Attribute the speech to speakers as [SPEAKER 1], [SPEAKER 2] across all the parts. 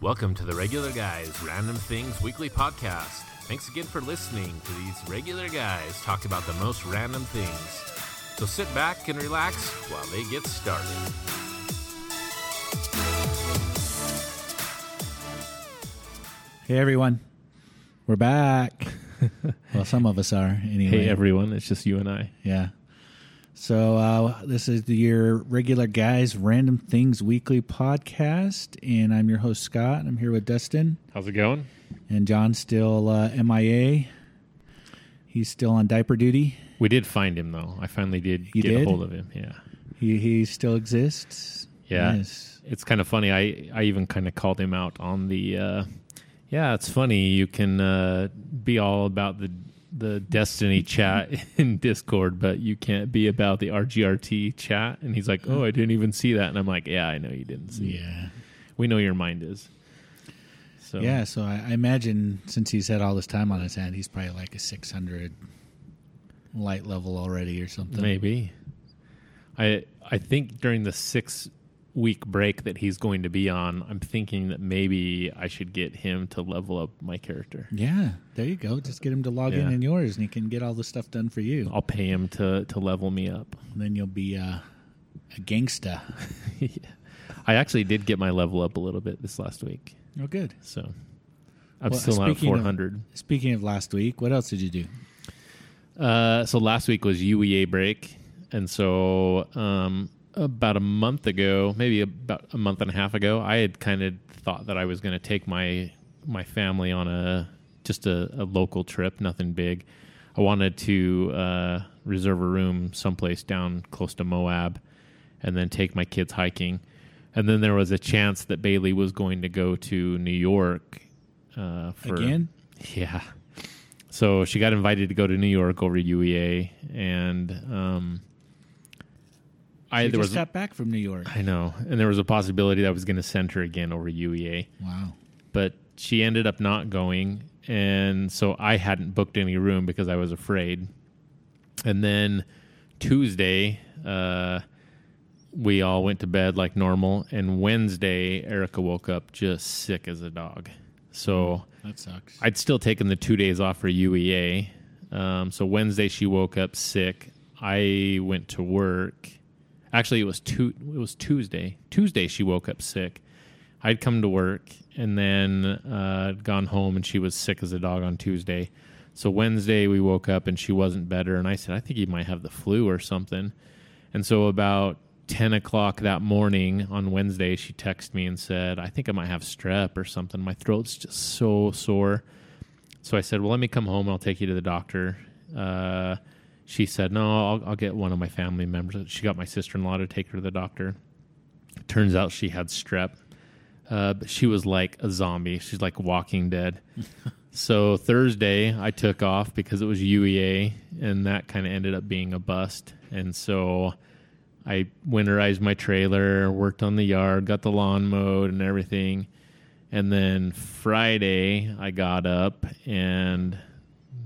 [SPEAKER 1] Welcome to the Regular Guys Random Things Weekly Podcast. Thanks again for listening to these regular guys talk about the most random things. So sit back and relax while they get started.
[SPEAKER 2] Hey everyone, we're back. well, some of us are anyway.
[SPEAKER 3] Hey everyone, it's just you and I.
[SPEAKER 2] yeah. So uh, this is the, your regular guys, random things weekly podcast, and I'm your host Scott. I'm here with Dustin
[SPEAKER 3] How's it going?
[SPEAKER 2] and John's still uh, MIA. He's still on diaper duty.
[SPEAKER 3] We did find him though. I finally did
[SPEAKER 2] You
[SPEAKER 3] get
[SPEAKER 2] did?
[SPEAKER 3] a hold of him. Yeah.
[SPEAKER 2] He he still exists.
[SPEAKER 3] Yeah.
[SPEAKER 2] Yes.
[SPEAKER 3] It's kind of funny. I I even kind of called him out on the uh Yeah, it's funny. You can uh be all about the the Destiny chat in Discord, but you can't be about the RGRT chat. And he's like, "Oh, I didn't even see that." And I'm like, "Yeah, I know you didn't see. it.
[SPEAKER 2] Yeah.
[SPEAKER 3] We know your mind is." So
[SPEAKER 2] Yeah. So I, I imagine since he's had all this time on his hand, he's probably like a 600 light level already or something.
[SPEAKER 3] Maybe. I I think during the six week break that he's going to be on, I'm thinking that maybe I should get him to level up my character.
[SPEAKER 2] Yeah, there you go. Just get him to log in
[SPEAKER 3] Yeah.
[SPEAKER 2] in yours, and he can get all the stuff done for you.
[SPEAKER 3] I'll pay him to to level me up.
[SPEAKER 2] And then you'll be uh, a gangsta.
[SPEAKER 3] I actually did get my level up a little bit this last week,
[SPEAKER 2] Oh, good.
[SPEAKER 3] so I'm
[SPEAKER 2] Well,
[SPEAKER 3] still not at
[SPEAKER 2] speaking of-
[SPEAKER 3] 400.
[SPEAKER 2] Speaking of last week, what else did you do?
[SPEAKER 3] Uh, so last week was UEA break, and so um, about a month ago, maybe about a month and a half ago, I had kind of thought that I was going to take my my family on a just a, a local trip, nothing big. I wanted to uh, reserve a room someplace down close to Moab, and then take my kids hiking. And then there was a chance that Bailey was going to go to New York uh, for
[SPEAKER 2] Again?
[SPEAKER 3] yeah. So she got invited to go to New York over UEA, and um, I
[SPEAKER 2] You
[SPEAKER 3] there
[SPEAKER 2] just
[SPEAKER 3] was
[SPEAKER 2] got back from New York.
[SPEAKER 3] I know, and there was a possibility that I was going to send her again over UEA,
[SPEAKER 2] Wow.
[SPEAKER 3] but she ended up not going, and so I hadn't booked any room because I was afraid. And then Tuesday, uh, we all went to bed like normal, and Wednesday, Erica woke up just sick as a dog. So.
[SPEAKER 2] That sucks.
[SPEAKER 3] I'd still taken the two days off for UEA. Um, so Wednesday she woke up sick. I went to work. Actually, it was two. It was Tuesday. Tuesday she woke up sick. I'd come to work and then uh, gone home, and she was sick as a dog on Tuesday. So Wednesday we woke up and she wasn't better, and I said I think you might have the flu or something. And so about 10 o'clock that morning on Wednesday, she texted me and said, I think I might have strep or something. My throat's just so sore. So I said, Well, let me come home. I'll take you to the doctor. Uh, she said, No, I'll, I'll get one of my family members. She got my sister in law to take her to the doctor. Turns out she had strep. Uh, but she was like a zombie. She's like Walking Dead. so Thursday, I took off because it was UEA, and that kind of ended up being a bust. And so I winterized my trailer, worked on the yard, got the lawn mowed and everything. And then Friday, I got up and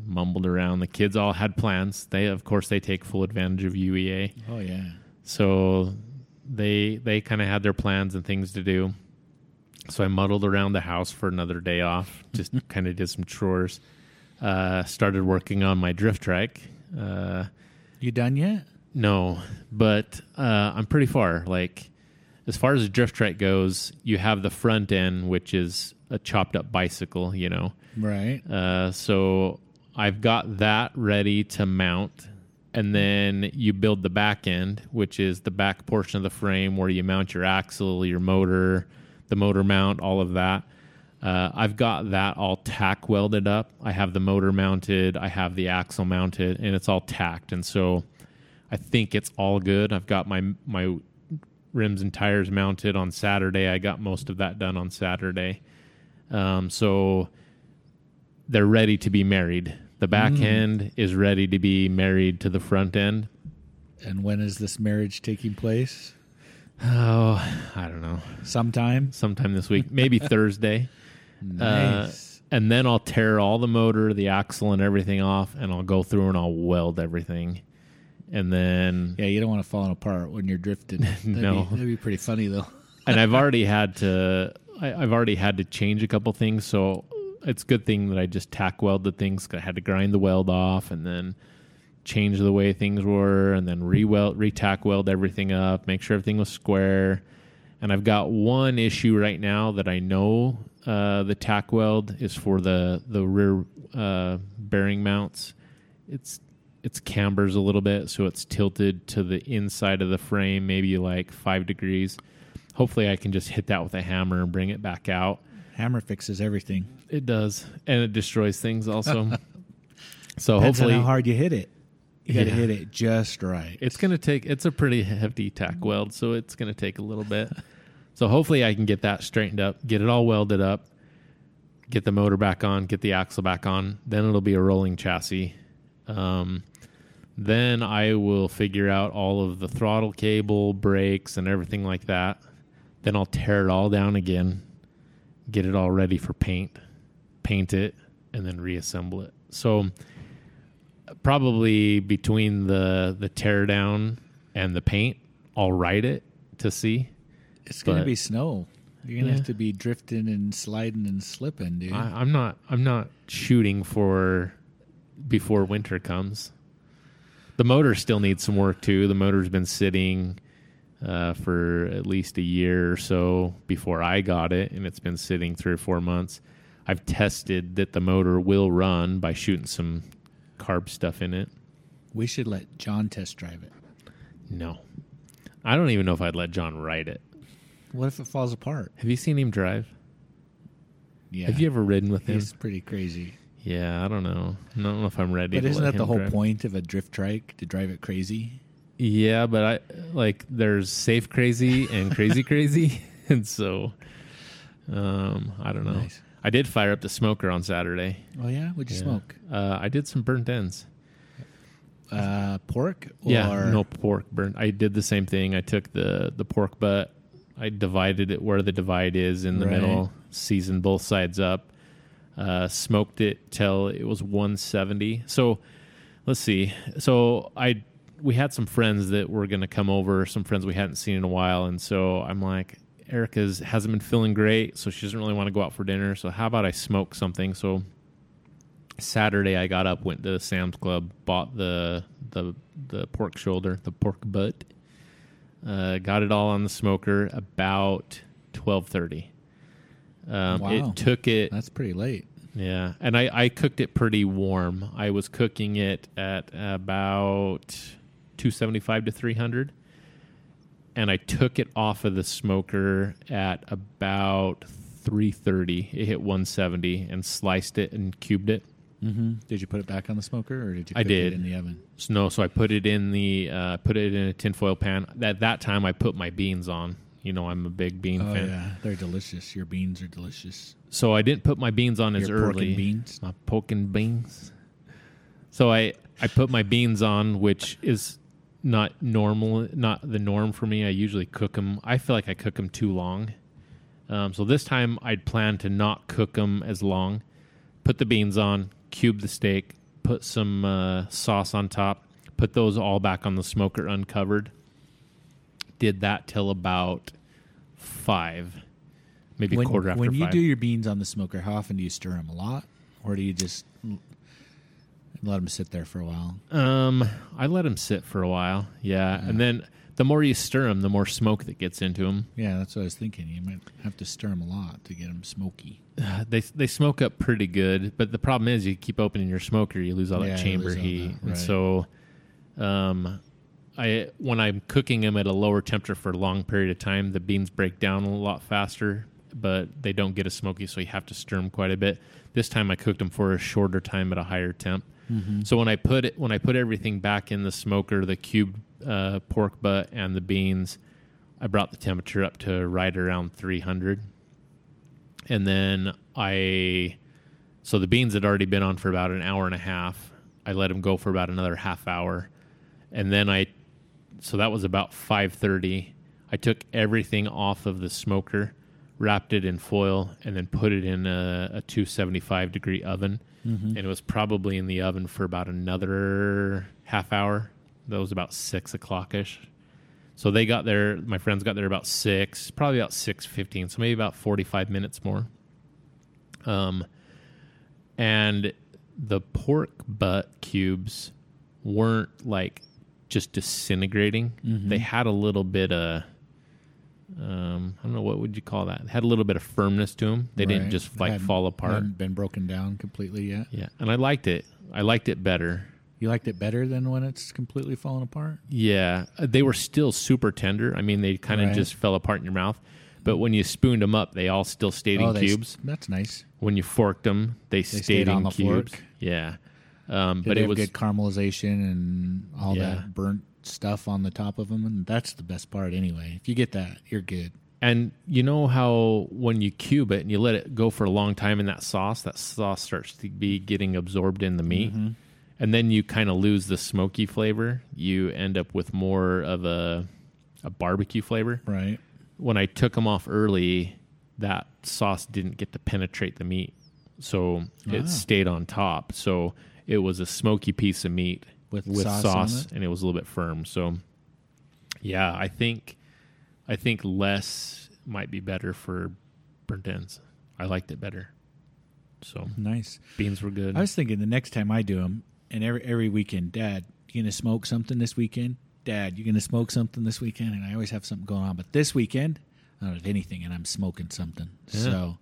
[SPEAKER 3] mumbled around. The kids all had plans. They, of course, they take full advantage of UEA
[SPEAKER 2] oh yeah.
[SPEAKER 3] so they they kind of had their plans and things to do so i muddled around the house for another day off just kind of did some chores uh, started working on my drift track uh,
[SPEAKER 2] You done yet?
[SPEAKER 3] no but uh, i'm pretty far like as far as a drift track goes you have the front end which is a chopped up bicycle you know
[SPEAKER 2] Right.
[SPEAKER 3] uh, so I've got that ready to mount. And then you build the back end, which is the back portion of the frame where you mount your axle, your motor, the motor mount, all of that. Uh, I've got that all tack welded up. I have the motor mounted, I have the axle mounted, and it's all tacked. And so I think it's all good. I've got my my rims and tires mounted on Saturday. I got most of that done on Saturday. Um, so they're ready to be married. The back end is ready to be married to the front end.
[SPEAKER 2] And when is this marriage taking place?
[SPEAKER 3] Oh, I don't know.
[SPEAKER 2] Sometime.
[SPEAKER 3] Sometime this week, maybe Thursday. Uh,
[SPEAKER 2] Nice.
[SPEAKER 3] and then I'll tear all the motor, the axle, and everything off, and I'll go through and I'll weld everything. And then,
[SPEAKER 2] yeah, you don't want to fall apart when you're drifting. That'd
[SPEAKER 3] No.
[SPEAKER 2] Be, that'd be pretty funny though.
[SPEAKER 3] and I've already had to I, I've already had to change a couple things, so it's a good thing that I just tack weld the things. 'cause I had to grind the weld off and then change the way things were, and then re weld, re tack weld everything up, make sure everything was square. And I've got one issue right now that I know uh, the tack weld is for the the rear uh, bearing mounts. It's it's cambers a little bit, so it's tilted to the inside of the frame, maybe like five degrees. Hopefully, I can just hit that with a hammer and bring it back out.
[SPEAKER 2] Hammer fixes everything.
[SPEAKER 3] It does, and it destroys things also. so
[SPEAKER 2] Depends on
[SPEAKER 3] hopefully,
[SPEAKER 2] how hard you hit it. You got to
[SPEAKER 3] Yeah.
[SPEAKER 2] hit it just right.
[SPEAKER 3] it's going to take. It's a pretty hefty tack weld, so it's going to take a little bit. so hopefully, I can get that straightened up, get it all welded up, get the motor back on, get the axle back on. Then it'll be a rolling chassis. Um, then I will figure out all of the throttle cable, brakes, and everything like that. Then I'll tear it all down again, get it all ready for paint, paint it, and then reassemble it. So probably between the the tear down and the paint, I'll write it to see.
[SPEAKER 2] It's going to
[SPEAKER 3] but-
[SPEAKER 2] be snow. You're going to
[SPEAKER 3] Yeah.
[SPEAKER 2] have to be drifting and sliding and slipping, dude.
[SPEAKER 3] I, I'm not I'm not shooting for before winter comes. The motor still needs some work too. The motor's been sitting uh, for at least a year or so before I got it, and it's been sitting three or four months. I've tested that the motor will run by shooting some carb stuff in it.
[SPEAKER 2] we should let John test drive it.
[SPEAKER 3] No, I don't even know if I'd let John ride it.
[SPEAKER 2] What if it falls apart?
[SPEAKER 3] Have you seen him drive?
[SPEAKER 2] Yeah.
[SPEAKER 3] Have you ever ridden with him?
[SPEAKER 2] He's pretty crazy.
[SPEAKER 3] Yeah, I don't know. I don't know if I'm ready.
[SPEAKER 2] But
[SPEAKER 3] to
[SPEAKER 2] isn't
[SPEAKER 3] let
[SPEAKER 2] that the
[SPEAKER 3] him
[SPEAKER 2] whole
[SPEAKER 3] drive.
[SPEAKER 2] point of a drift trike to drive it crazy?
[SPEAKER 3] Yeah, but I like there's safe crazy and crazy crazy, and so um, I don't know.
[SPEAKER 2] Nice.
[SPEAKER 3] I did fire up the smoker on Saturday.
[SPEAKER 2] Oh yeah, would you
[SPEAKER 3] Yeah.
[SPEAKER 2] smoke
[SPEAKER 3] Uh, I did some burnt ends.
[SPEAKER 2] uh, pork? Or
[SPEAKER 3] yeah, no pork burnt. I did the same thing. I took the the pork butt. I divided it where the divide is in the
[SPEAKER 2] Right.
[SPEAKER 3] middle. Seasoned both sides up. Uh, smoked it till it was 170. So let's see. So I we had some friends that were going to come over. Some friends we hadn't seen in a while, and so I'm like, Erica's hasn't been feeling great, so she doesn't really want to go out for dinner. So how about I smoke something? So Saturday I got up, went to Sam's Club, bought the the the pork shoulder, the pork butt. Uh, got it all on the smoker about twelve thirty. Um,
[SPEAKER 2] Wow.
[SPEAKER 3] It took it
[SPEAKER 2] That's pretty late.
[SPEAKER 3] yeah, and I, I cooked it pretty warm. I was cooking it at about 275 to 300, and I took it off of the smoker at about 330. It hit 170 and sliced it and cubed it.
[SPEAKER 2] Did you put it back on the smoker, or did you?
[SPEAKER 3] I
[SPEAKER 2] cook
[SPEAKER 3] did.
[SPEAKER 2] it in the oven.
[SPEAKER 3] So, no, so I put it in the uh, put it in a tinfoil pan. At that time, I put my beans on. You know, I'm a big bean
[SPEAKER 2] Oh
[SPEAKER 3] fan.
[SPEAKER 2] yeah, they're delicious. Your beans are delicious.
[SPEAKER 3] So I didn't put my beans on as
[SPEAKER 2] Your
[SPEAKER 3] early.
[SPEAKER 2] pork and beans.
[SPEAKER 3] My pork and beans. So I I put my beans on, which is not normal, not the norm for me. I usually cook them. I feel like I cook them too long. Um, so this time I'd planned to not cook them as long. Put the beans on, cube the steak, put some uh, sauce on top, put those all back on the smoker uncovered. Did that till about five, maybe
[SPEAKER 2] when
[SPEAKER 3] quarter after
[SPEAKER 2] when you
[SPEAKER 3] five.
[SPEAKER 2] do your beans on the smoker, how often do you stir them? A lot, or do you just l- let them sit there for a while?
[SPEAKER 3] Um, I let them sit for a while. Yeah, and then the more you stir them, the more smoke that gets into them.
[SPEAKER 2] Yeah, that's what I was thinking. You might have to stir them a lot to get them smoky.
[SPEAKER 3] They they smoke up pretty good, but the problem is you keep opening your smoker, you lose all
[SPEAKER 2] Yeah,
[SPEAKER 3] that
[SPEAKER 2] you
[SPEAKER 3] chamber
[SPEAKER 2] lose all
[SPEAKER 3] heat,
[SPEAKER 2] that, right.
[SPEAKER 3] and so, um, I when I'm cooking them at a lower temperature for a long period of time, the beans break down a lot faster, but they don't get as smoky, so you have to stir them quite a bit. This time I cooked them for a shorter time at a higher temp.
[SPEAKER 2] Mm-hmm.
[SPEAKER 3] So when I put it when I put everything back in the smoker, the cubed uh, pork butt and the beans, I brought the temperature up to right around 300. And then I, so the beans had already been on for about an hour and a half. I let them go for about another half hour. And then I, so that was about 5.30. I took everything off of the smoker, wrapped it in foil, and then put it in a, a 275 degree oven. And it was probably in the oven for about another half hour. That was about six o'clock ish. So they got there. My friends got there about six, probably about six fifteen. So maybe about forty five minutes more. Um, and the pork butt cubes weren't like just disintegrating. They had a little bit of um, I don't know what would you call that. It had a little bit of firmness to them. They didn't
[SPEAKER 2] Right.
[SPEAKER 3] just like
[SPEAKER 2] Hadn't-
[SPEAKER 3] fall apart.
[SPEAKER 2] hadn't been broken down completely yet.
[SPEAKER 3] Yeah, and I liked it. I liked it better.
[SPEAKER 2] You liked it better than when it's completely fallen apart?
[SPEAKER 3] Yeah, Uh, they were still super tender. I mean, they kind of
[SPEAKER 2] Right.
[SPEAKER 3] just fell apart in your mouth. But when you spooned them up, they all still stayed in
[SPEAKER 2] Oh, they-
[SPEAKER 3] cubes.
[SPEAKER 2] That's nice.
[SPEAKER 3] When you forked them, they, stayed,
[SPEAKER 2] stayed
[SPEAKER 3] in
[SPEAKER 2] on the
[SPEAKER 3] cubes.
[SPEAKER 2] fork.
[SPEAKER 3] Yeah, um,
[SPEAKER 2] Did
[SPEAKER 3] but
[SPEAKER 2] they
[SPEAKER 3] it
[SPEAKER 2] have
[SPEAKER 3] was
[SPEAKER 2] good caramelization and all
[SPEAKER 3] Yeah.
[SPEAKER 2] that burnt stuff on the top of them, and that's the best part anyway. If you get that, you're good.
[SPEAKER 3] And you know how when you cube it and you let it go for a long time in that sauce, that sauce starts to be getting absorbed in the meat.
[SPEAKER 2] Mm-hmm.
[SPEAKER 3] And then you kind of lose the smoky flavor. You end up with more of a a barbecue flavor.
[SPEAKER 2] Right.
[SPEAKER 3] When I took them off early, that sauce didn't get to penetrate the meat. So
[SPEAKER 2] Ah.
[SPEAKER 3] it stayed on top. So it was a smoky piece of meat
[SPEAKER 2] With
[SPEAKER 3] with
[SPEAKER 2] sauce
[SPEAKER 3] sauce,
[SPEAKER 2] on it?
[SPEAKER 3] and it was a little bit firm. So yeah, I think I think less might be better for burnt ends. I liked it better. So
[SPEAKER 2] Nice.
[SPEAKER 3] beans were good.
[SPEAKER 2] I was thinking the next time I do them, and every every weekend, Dad, you gonna smoke something this weekend? Dad, you gonna smoke something this weekend? And I always have something going on, but this weekend I don't have anything, and I'm smoking something. So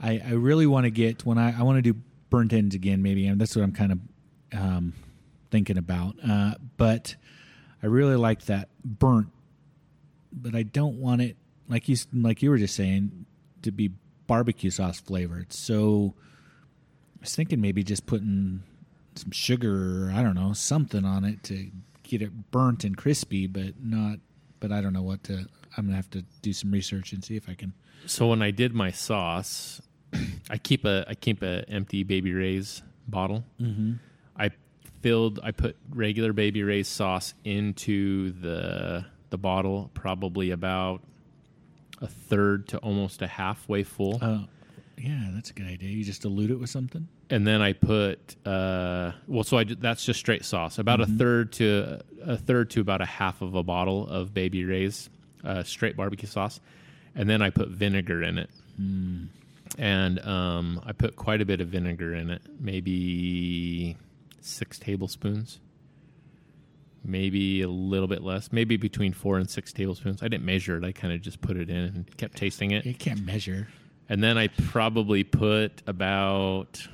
[SPEAKER 2] I I really want to get when I I want to do burnt ends again, maybe, and that's what I'm kind of um, thinking about. Uh, but I really like that burnt but I don't want it like you like you were just saying to be barbecue sauce flavored. So I was thinking maybe just putting some sugar or I don't know something on it to get it burnt and crispy, but not. But I don't know what to. I'm gonna have to do some research and see if I can.
[SPEAKER 3] so when I did my sauce, I keep a I keep a empty Baby Ray's bottle. Mm-hmm. I filled I put regular Baby Ray's sauce into the the bottle, probably about a third to almost a halfway full,
[SPEAKER 2] Oh, yeah, that's a good idea. You just dilute it with something.
[SPEAKER 3] and then I put uh, well, so I did, that's just straight sauce, about a third to a third to about a half of a bottle of Baby Ray's uh, straight barbecue sauce, and then I put vinegar in it. and um, I put quite a bit of vinegar in it, maybe six tablespoons, maybe a little bit less, maybe between four and six tablespoons. I didn't measure it; I kind of just put it in and kept tasting it.
[SPEAKER 2] You can't measure.
[SPEAKER 3] And then I probably put about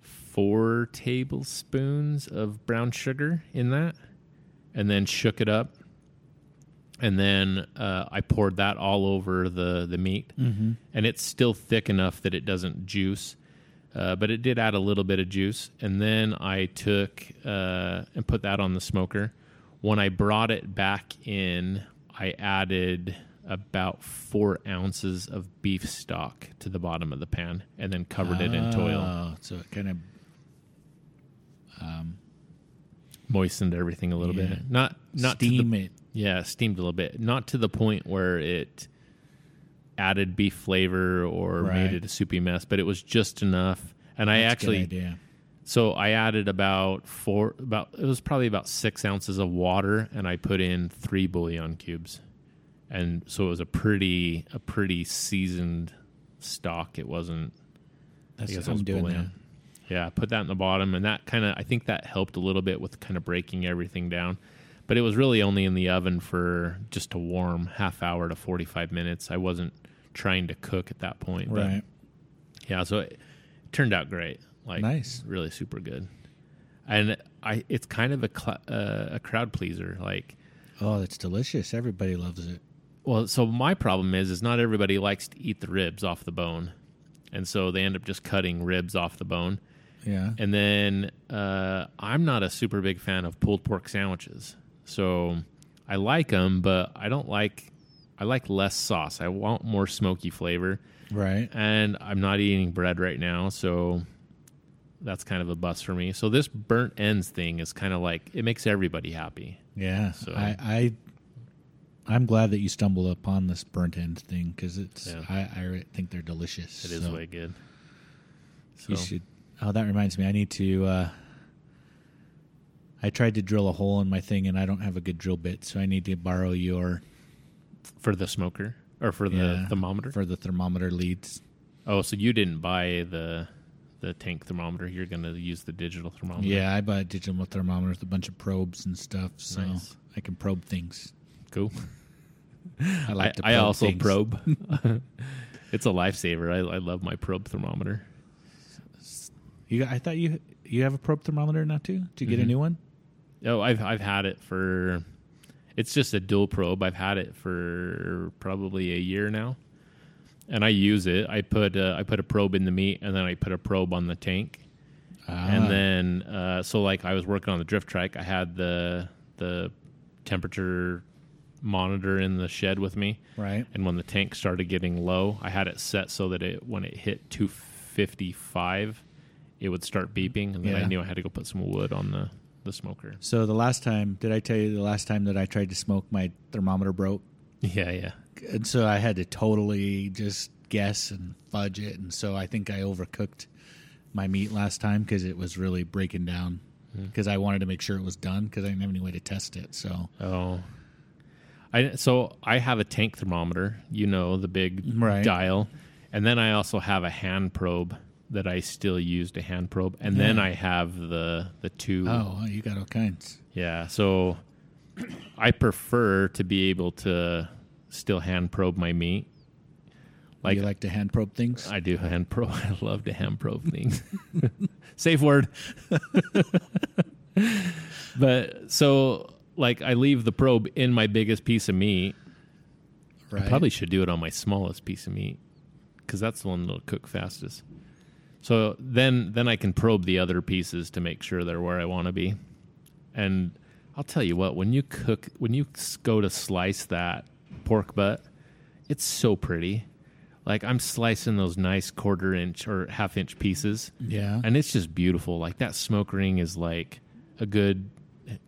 [SPEAKER 3] four tablespoons of brown sugar in that, and then shook it up. And then uh, I poured that all over the the meat, mm-hmm. and it's still thick enough that it doesn't juice, uh, but it did add a little bit of juice. And then I took uh, and put that on the smoker. When I brought it back in, I added about four ounces of beef stock to the bottom of the pan, and then covered it in oil.
[SPEAKER 2] Oh, so it kind of
[SPEAKER 3] moistened everything a little
[SPEAKER 2] Yeah.
[SPEAKER 3] bit. Not not to the-
[SPEAKER 2] steam it.
[SPEAKER 3] yeah, steamed a little bit. Not to the point where it added beef flavor or
[SPEAKER 2] Right.
[SPEAKER 3] made it a soupy mess, but it was just enough. And I
[SPEAKER 2] That's a good
[SPEAKER 3] actually
[SPEAKER 2] idea.
[SPEAKER 3] so I added about four about it was probably about six ounces of water and I put in three bouillon cubes. And so it was a pretty a pretty seasoned stock. It wasn't
[SPEAKER 2] That's
[SPEAKER 3] I guess it
[SPEAKER 2] what
[SPEAKER 3] was
[SPEAKER 2] I'm doing.
[SPEAKER 3] bouillon.
[SPEAKER 2] Now.
[SPEAKER 3] Yeah, put that in the bottom, and that kind of I think that helped a little bit with kind of breaking everything down. But it was really only in the oven for just to warm half hour to forty five minutes. I wasn't trying to cook at that point. but
[SPEAKER 2] Right.
[SPEAKER 3] yeah, so it turned out great. Like
[SPEAKER 2] Nice.
[SPEAKER 3] really super good. And I, it's kind of a cl- uh, a crowd pleaser. Like,
[SPEAKER 2] Oh, that's delicious. Everybody loves it.
[SPEAKER 3] well, so my problem is, is not everybody likes to eat the ribs off the bone, and so they end up just cutting ribs off the bone.
[SPEAKER 2] Yeah.
[SPEAKER 3] And then uh, I'm not a super big fan of pulled pork sandwiches. So I like them, but I don't like. I like less sauce. I want more smoky flavor,
[SPEAKER 2] Right.
[SPEAKER 3] and I'm not eating bread right now, so that's kind of a bust for me. So this burnt ends thing is kind of like it makes everybody happy.
[SPEAKER 2] Yeah.
[SPEAKER 3] So-
[SPEAKER 2] I, I I'm glad that you stumbled upon this burnt end thing because it's
[SPEAKER 3] Yeah.
[SPEAKER 2] I, I re- think they're delicious.
[SPEAKER 3] It is
[SPEAKER 2] so
[SPEAKER 3] way good. So
[SPEAKER 2] you should. Oh, that reminds me. I need to. uh I tried to drill a hole in my thing and I don't have a good drill bit, so I need to borrow your
[SPEAKER 3] for the smoker or for the
[SPEAKER 2] Yeah.
[SPEAKER 3] thermometer.
[SPEAKER 2] for the thermometer leads.
[SPEAKER 3] oh, so you didn't buy the the tank thermometer. You're going to use the digital thermometer.
[SPEAKER 2] Yeah, I bought a digital thermometer with a bunch of probes and stuff, so
[SPEAKER 3] Nice.
[SPEAKER 2] I can probe things.
[SPEAKER 3] cool.
[SPEAKER 2] I like
[SPEAKER 3] I,
[SPEAKER 2] to.
[SPEAKER 3] I
[SPEAKER 2] Probe
[SPEAKER 3] also
[SPEAKER 2] things.
[SPEAKER 3] probe. it's a lifesaver. I, I love my probe thermometer.
[SPEAKER 2] You, I thought you you have a probe thermometer now too. Did you
[SPEAKER 3] Mm-hmm.
[SPEAKER 2] get a new one?
[SPEAKER 3] Oh, I've I've had it for. It's just a dual probe. I've had it for probably a year now, and I use it. I put uh, I put a probe in the meat, and then I put a probe on the tank,
[SPEAKER 2] Ah.
[SPEAKER 3] and then uh, so like I was working on the drift track. I had the the temperature monitor in the shed with me,
[SPEAKER 2] Ah, right.
[SPEAKER 3] and when the tank started getting low, I had it set so that it when it hit 255, it would start beeping, and then I
[SPEAKER 2] Yeah.
[SPEAKER 3] knew I had to go put some wood on the the smoker.
[SPEAKER 2] So the last time, did I tell you the last time that I tried to smoke, my thermometer broke,
[SPEAKER 3] Yeah, yeah.
[SPEAKER 2] and so I had to totally just guess and fudge it, and so I think I overcooked my meat last time because it was really breaking down
[SPEAKER 3] Mm.
[SPEAKER 2] because I wanted to make sure it was done because I didn't have any way to test it. So
[SPEAKER 3] Oh. I so I have a tank thermometer, you know, the big
[SPEAKER 2] Right.
[SPEAKER 3] dial. And then I also have a hand probe that I still use to hand probe. And then I have the the two
[SPEAKER 2] oh, well, you got all kinds.
[SPEAKER 3] Yeah. So I prefer to be able to still hand probe my meat. Like,
[SPEAKER 2] you like to hand probe things?
[SPEAKER 3] I do hand probe. I love to hand probe things. Safe word. but so like I leave the probe in my biggest piece of meat.
[SPEAKER 2] right.
[SPEAKER 3] I probably should do it on my smallest piece of meat because that's the one that'll cook fastest. So then, then I can probe the other pieces to make sure they're where I want to be. And I'll tell you what, when you cook, when you s- go to slice that pork butt, it's so pretty. Like I'm slicing those nice quarter inch or half inch pieces,
[SPEAKER 2] Yeah.
[SPEAKER 3] and it's just beautiful. Like that smoke ring is like a good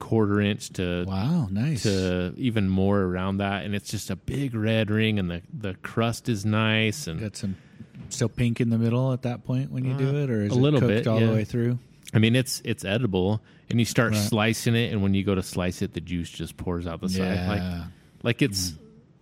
[SPEAKER 3] quarter inch to
[SPEAKER 2] wow. Nice.
[SPEAKER 3] to even more around that and it's just a big red ring and the the crust is nice and
[SPEAKER 2] got some still pink in the middle at that point when you do it, or is
[SPEAKER 3] a
[SPEAKER 2] it
[SPEAKER 3] little
[SPEAKER 2] cooked
[SPEAKER 3] bit,
[SPEAKER 2] all
[SPEAKER 3] yeah.
[SPEAKER 2] the way through?
[SPEAKER 3] i mean it's it's edible and you start
[SPEAKER 2] Right.
[SPEAKER 3] slicing it and when you go to slice it the juice just pours out the side like
[SPEAKER 2] Yeah.
[SPEAKER 3] like it's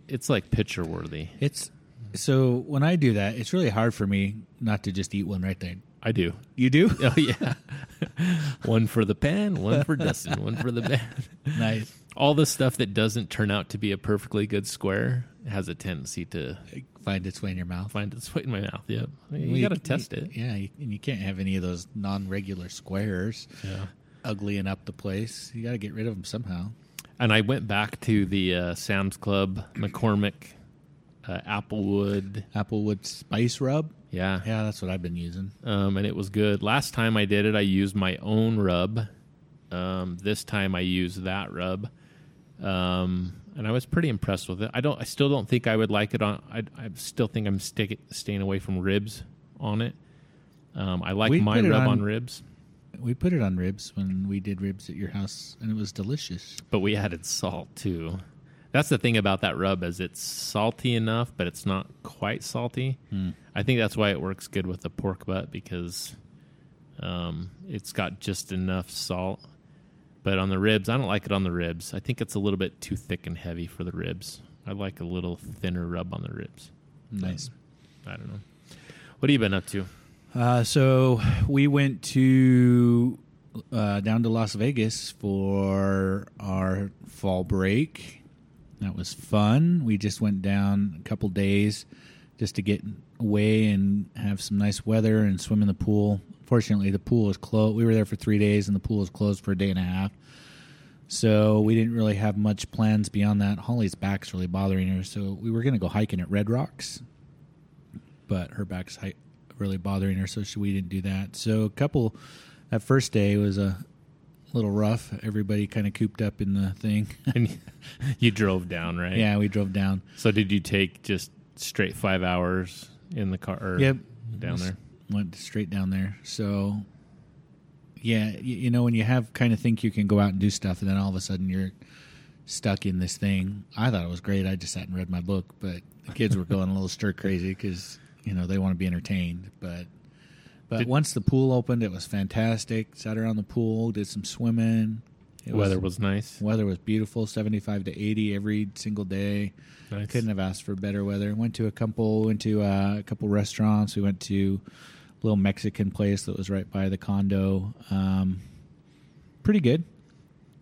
[SPEAKER 3] it's like picture worthy
[SPEAKER 2] It's so when I do that, it's really hard for me not to just eat one right there.
[SPEAKER 3] i do
[SPEAKER 2] You do
[SPEAKER 3] oh yeah one for the pan one for dustin one for the pan
[SPEAKER 2] nice.
[SPEAKER 3] all the stuff that doesn't turn out to be a perfectly good square has a tendency to
[SPEAKER 2] Find its way in your mouth.
[SPEAKER 3] find its way in my mouth yep you
[SPEAKER 2] Well,
[SPEAKER 3] gotta test it
[SPEAKER 2] Yeah, you, and you can't have any of those non-regular squares
[SPEAKER 3] yeah
[SPEAKER 2] uglying up the place. You got to get rid of them somehow.
[SPEAKER 3] And I went back to the uh, Sam's Club McCormick uh, Applewood.
[SPEAKER 2] Applewood spice rub.
[SPEAKER 3] Yeah.
[SPEAKER 2] Yeah, that's what I've been using.
[SPEAKER 3] Um, and it was good. Last time I did it, I used my own rub. Um, this time I used that rub. Um, and I was pretty impressed with it. I don't. I still don't think I would like it on. I, I still think I'm stick, staying away from ribs on it. Um, I like
[SPEAKER 2] We
[SPEAKER 3] my
[SPEAKER 2] put it
[SPEAKER 3] rub on,
[SPEAKER 2] on-
[SPEAKER 3] ribs,
[SPEAKER 2] We put it on ribs when we did ribs at your house, and it was delicious.
[SPEAKER 3] but we added salt too. That's the thing about that rub is it's salty enough, but it's not quite salty.
[SPEAKER 2] Hmm.
[SPEAKER 3] I think that's why it works good with the pork butt because um, it's got just enough salt. But on the ribs, I don't like it on the ribs. I think it's a little bit too thick and heavy for the ribs. I like a little thinner rub on the ribs.
[SPEAKER 2] Nice.
[SPEAKER 3] I don't know. What have you been up to?
[SPEAKER 2] Uh, so we went to uh, down to Las Vegas for our fall break. That was fun. We just went down a couple days just to get away and have some nice weather and swim in the pool. Fortunately, the pool was closed. We were there for three days, and the pool was closed for a day and a half. So we didn't really have much plans beyond that. Holly's back's really bothering her, so we were going to go hiking at Red Rocks, but her back's hi- really bothering her, so she, we didn't do that. So a couple, that first day was a little rough. Everybody kind of cooped up in the thing.
[SPEAKER 3] And you drove down, right?
[SPEAKER 2] yeah, we drove down.
[SPEAKER 3] So did you take just straight five hours in the car? Or
[SPEAKER 2] Yep.
[SPEAKER 3] Down there.
[SPEAKER 2] Went straight down there. So, yeah, you, you know, when you have kind of think you can go out and do stuff, and then all of a sudden you're stuck in this thing. I thought it was great. I just sat and read my book, but the kids were going a little stir crazy because you know they want to be entertained. But but
[SPEAKER 3] Did-
[SPEAKER 2] once the pool opened, it was fantastic. Sat around the pool, did some swimming, It
[SPEAKER 3] Weather was nice.
[SPEAKER 2] Weather was beautiful, 75 to 80 every single day.
[SPEAKER 3] Nice.
[SPEAKER 2] Couldn't have asked for better weather. Went to a couple, went to uh, a couple restaurants. We went to a little Mexican place that was right by the condo. Um, pretty good.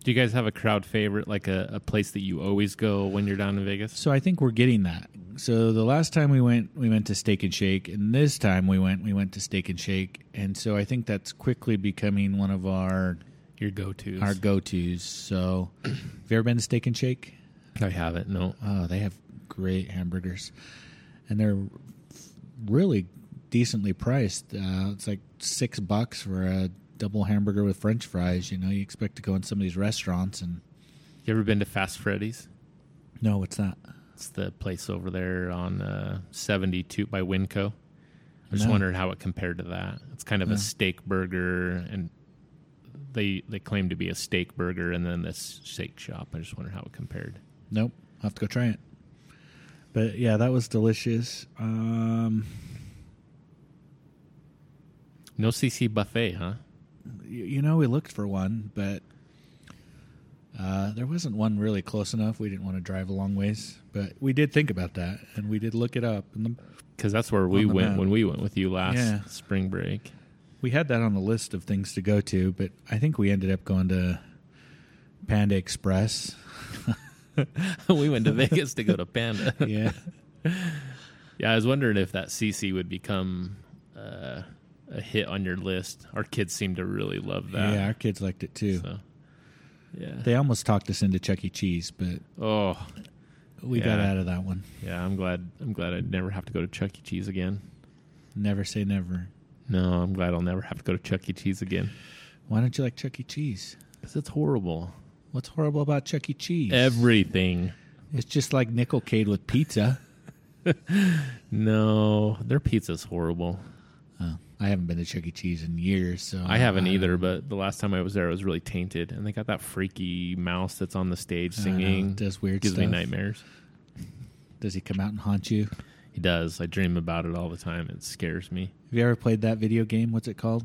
[SPEAKER 3] Do you guys have a crowd favorite, like a, a place that you always go when you're down in Vegas?
[SPEAKER 2] So I think we're getting that. So the last time we went, we went to Steak and Shake, and this time we went, we went to Steak and Shake, and so I think that's quickly becoming one of our
[SPEAKER 3] Your go-tos.
[SPEAKER 2] our go tos. So, have you ever been to Steak and Shake?
[SPEAKER 3] I haven't. No.
[SPEAKER 2] Oh, they have great hamburgers, and they're really decently priced. Uh, it's like six bucks for a double hamburger with French fries. You know, you expect to go in some of these restaurants, and
[SPEAKER 3] You ever been to Fast Freddy's?
[SPEAKER 2] no, what's that?
[SPEAKER 3] It's the place over there on uh, 72 by Winco. I just
[SPEAKER 2] No.
[SPEAKER 3] wondered how it compared to that. It's kind of a steak burger, and they they claim to be a steak burger, and then this steak shop. I just wonder how it compared.
[SPEAKER 2] Nope, I'll have to go try it. But yeah, that was delicious. Um,
[SPEAKER 3] No CC buffet, huh?
[SPEAKER 2] you, you know, we looked for one, but uh, there wasn't one really close enough. We didn't want to drive a long ways, but we did think about that, and we did look it up. And the,
[SPEAKER 3] Because that's where we
[SPEAKER 2] On the
[SPEAKER 3] went
[SPEAKER 2] map.
[SPEAKER 3] when we went with you last
[SPEAKER 2] Yeah.
[SPEAKER 3] spring break.
[SPEAKER 2] we had that on the list of things to go to, but I think we ended up going to Panda Express.
[SPEAKER 3] we went to Vegas to go to Panda.
[SPEAKER 2] Yeah,
[SPEAKER 3] Yeah, I was wondering if that CC would become uh, a hit on your list. Our kids seem to really love that.
[SPEAKER 2] yeah, our kids liked it too.
[SPEAKER 3] So, yeah.
[SPEAKER 2] They almost talked us into Chuck E. Cheese, but
[SPEAKER 3] oh,
[SPEAKER 2] we got
[SPEAKER 3] Yeah.
[SPEAKER 2] out of that one.
[SPEAKER 3] yeah. I'm glad. I'm glad I never have to go to Chuck E. Cheese again.
[SPEAKER 2] Never say never.
[SPEAKER 3] No, I'm glad I'll never have to go to Chuck E. Cheese again
[SPEAKER 2] Why don't you like Chuck E. Cheese?
[SPEAKER 3] because it's horrible.
[SPEAKER 2] What's horrible about Chuck E. Cheese?
[SPEAKER 3] Everything.
[SPEAKER 2] It's just like Nickelcade with pizza.
[SPEAKER 3] No, their pizza's horrible.
[SPEAKER 2] Oh, I haven't been to Chuck E. Cheese in years, so
[SPEAKER 3] I haven't
[SPEAKER 2] uh,
[SPEAKER 3] either, but the last time I was there, it was really tainted, and they got that freaky mouse that's on the stage
[SPEAKER 2] I don't know,
[SPEAKER 3] singing.
[SPEAKER 2] does weird
[SPEAKER 3] gives
[SPEAKER 2] stuff.
[SPEAKER 3] me nightmares.
[SPEAKER 2] Does he come out and haunt you? Have
[SPEAKER 3] He does. I dream about it all the time. It scares me.
[SPEAKER 2] you ever played that video game? What's it called?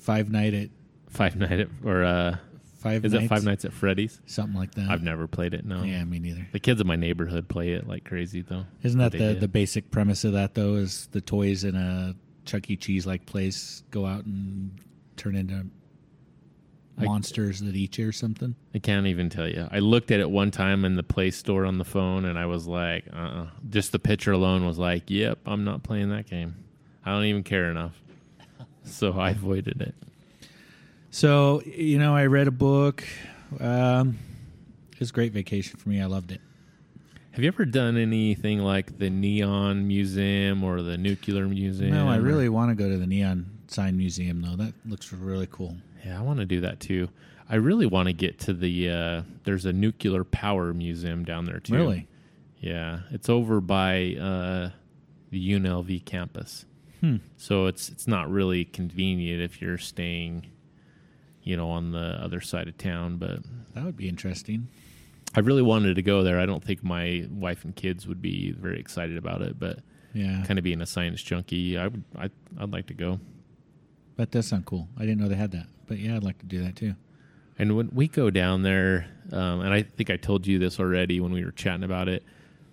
[SPEAKER 2] Five Night at
[SPEAKER 3] Five Night at or uh,
[SPEAKER 2] Five.
[SPEAKER 3] is
[SPEAKER 2] nights,
[SPEAKER 3] it Five Nights at Freddy's?
[SPEAKER 2] Something like that.
[SPEAKER 3] I've never played it. No.
[SPEAKER 2] Yeah, me neither.
[SPEAKER 3] The kids in my neighborhood play it like crazy though.
[SPEAKER 2] Isn't that
[SPEAKER 3] They
[SPEAKER 2] the,
[SPEAKER 3] did.
[SPEAKER 2] the basic premise of that though? Is the toys in a Chuck E. Cheese like place go out and turn into
[SPEAKER 3] I-
[SPEAKER 2] monsters that eat you or something?
[SPEAKER 3] I can't even tell you. I looked at it one time in the Play Store on the phone, and I was like, uh, uh just the picture alone was like, yep, I'm not playing that game. I don't even care enough, so I avoided it.
[SPEAKER 2] So you know, I read a book. Um, it was a great vacation for me. I loved it.
[SPEAKER 3] Have you ever done anything like the Neon Museum or the Nuclear Museum?
[SPEAKER 2] No, I
[SPEAKER 3] or-
[SPEAKER 2] really want to go to the neon sign museum though. That looks really cool.
[SPEAKER 3] Yeah, I want to do that too. I really want to get to the. Uh, there's a nuclear power museum down there too.
[SPEAKER 2] Really?
[SPEAKER 3] Yeah, it's over by uh, the UNLV campus.
[SPEAKER 2] Hmm.
[SPEAKER 3] So it's it's not really convenient if you're staying, you know, on the other side of town. But
[SPEAKER 2] That would be interesting.
[SPEAKER 3] I really wanted to go there. I don't think my wife and kids would be very excited about it, but
[SPEAKER 2] Yeah.
[SPEAKER 3] kind of being a science junkie, I would I I'd like to go.
[SPEAKER 2] That does sound cool. I didn't know they had that. But yeah, I'd like to do that too.
[SPEAKER 3] And when we go down there, um, and I think I told you this already when we were chatting about it,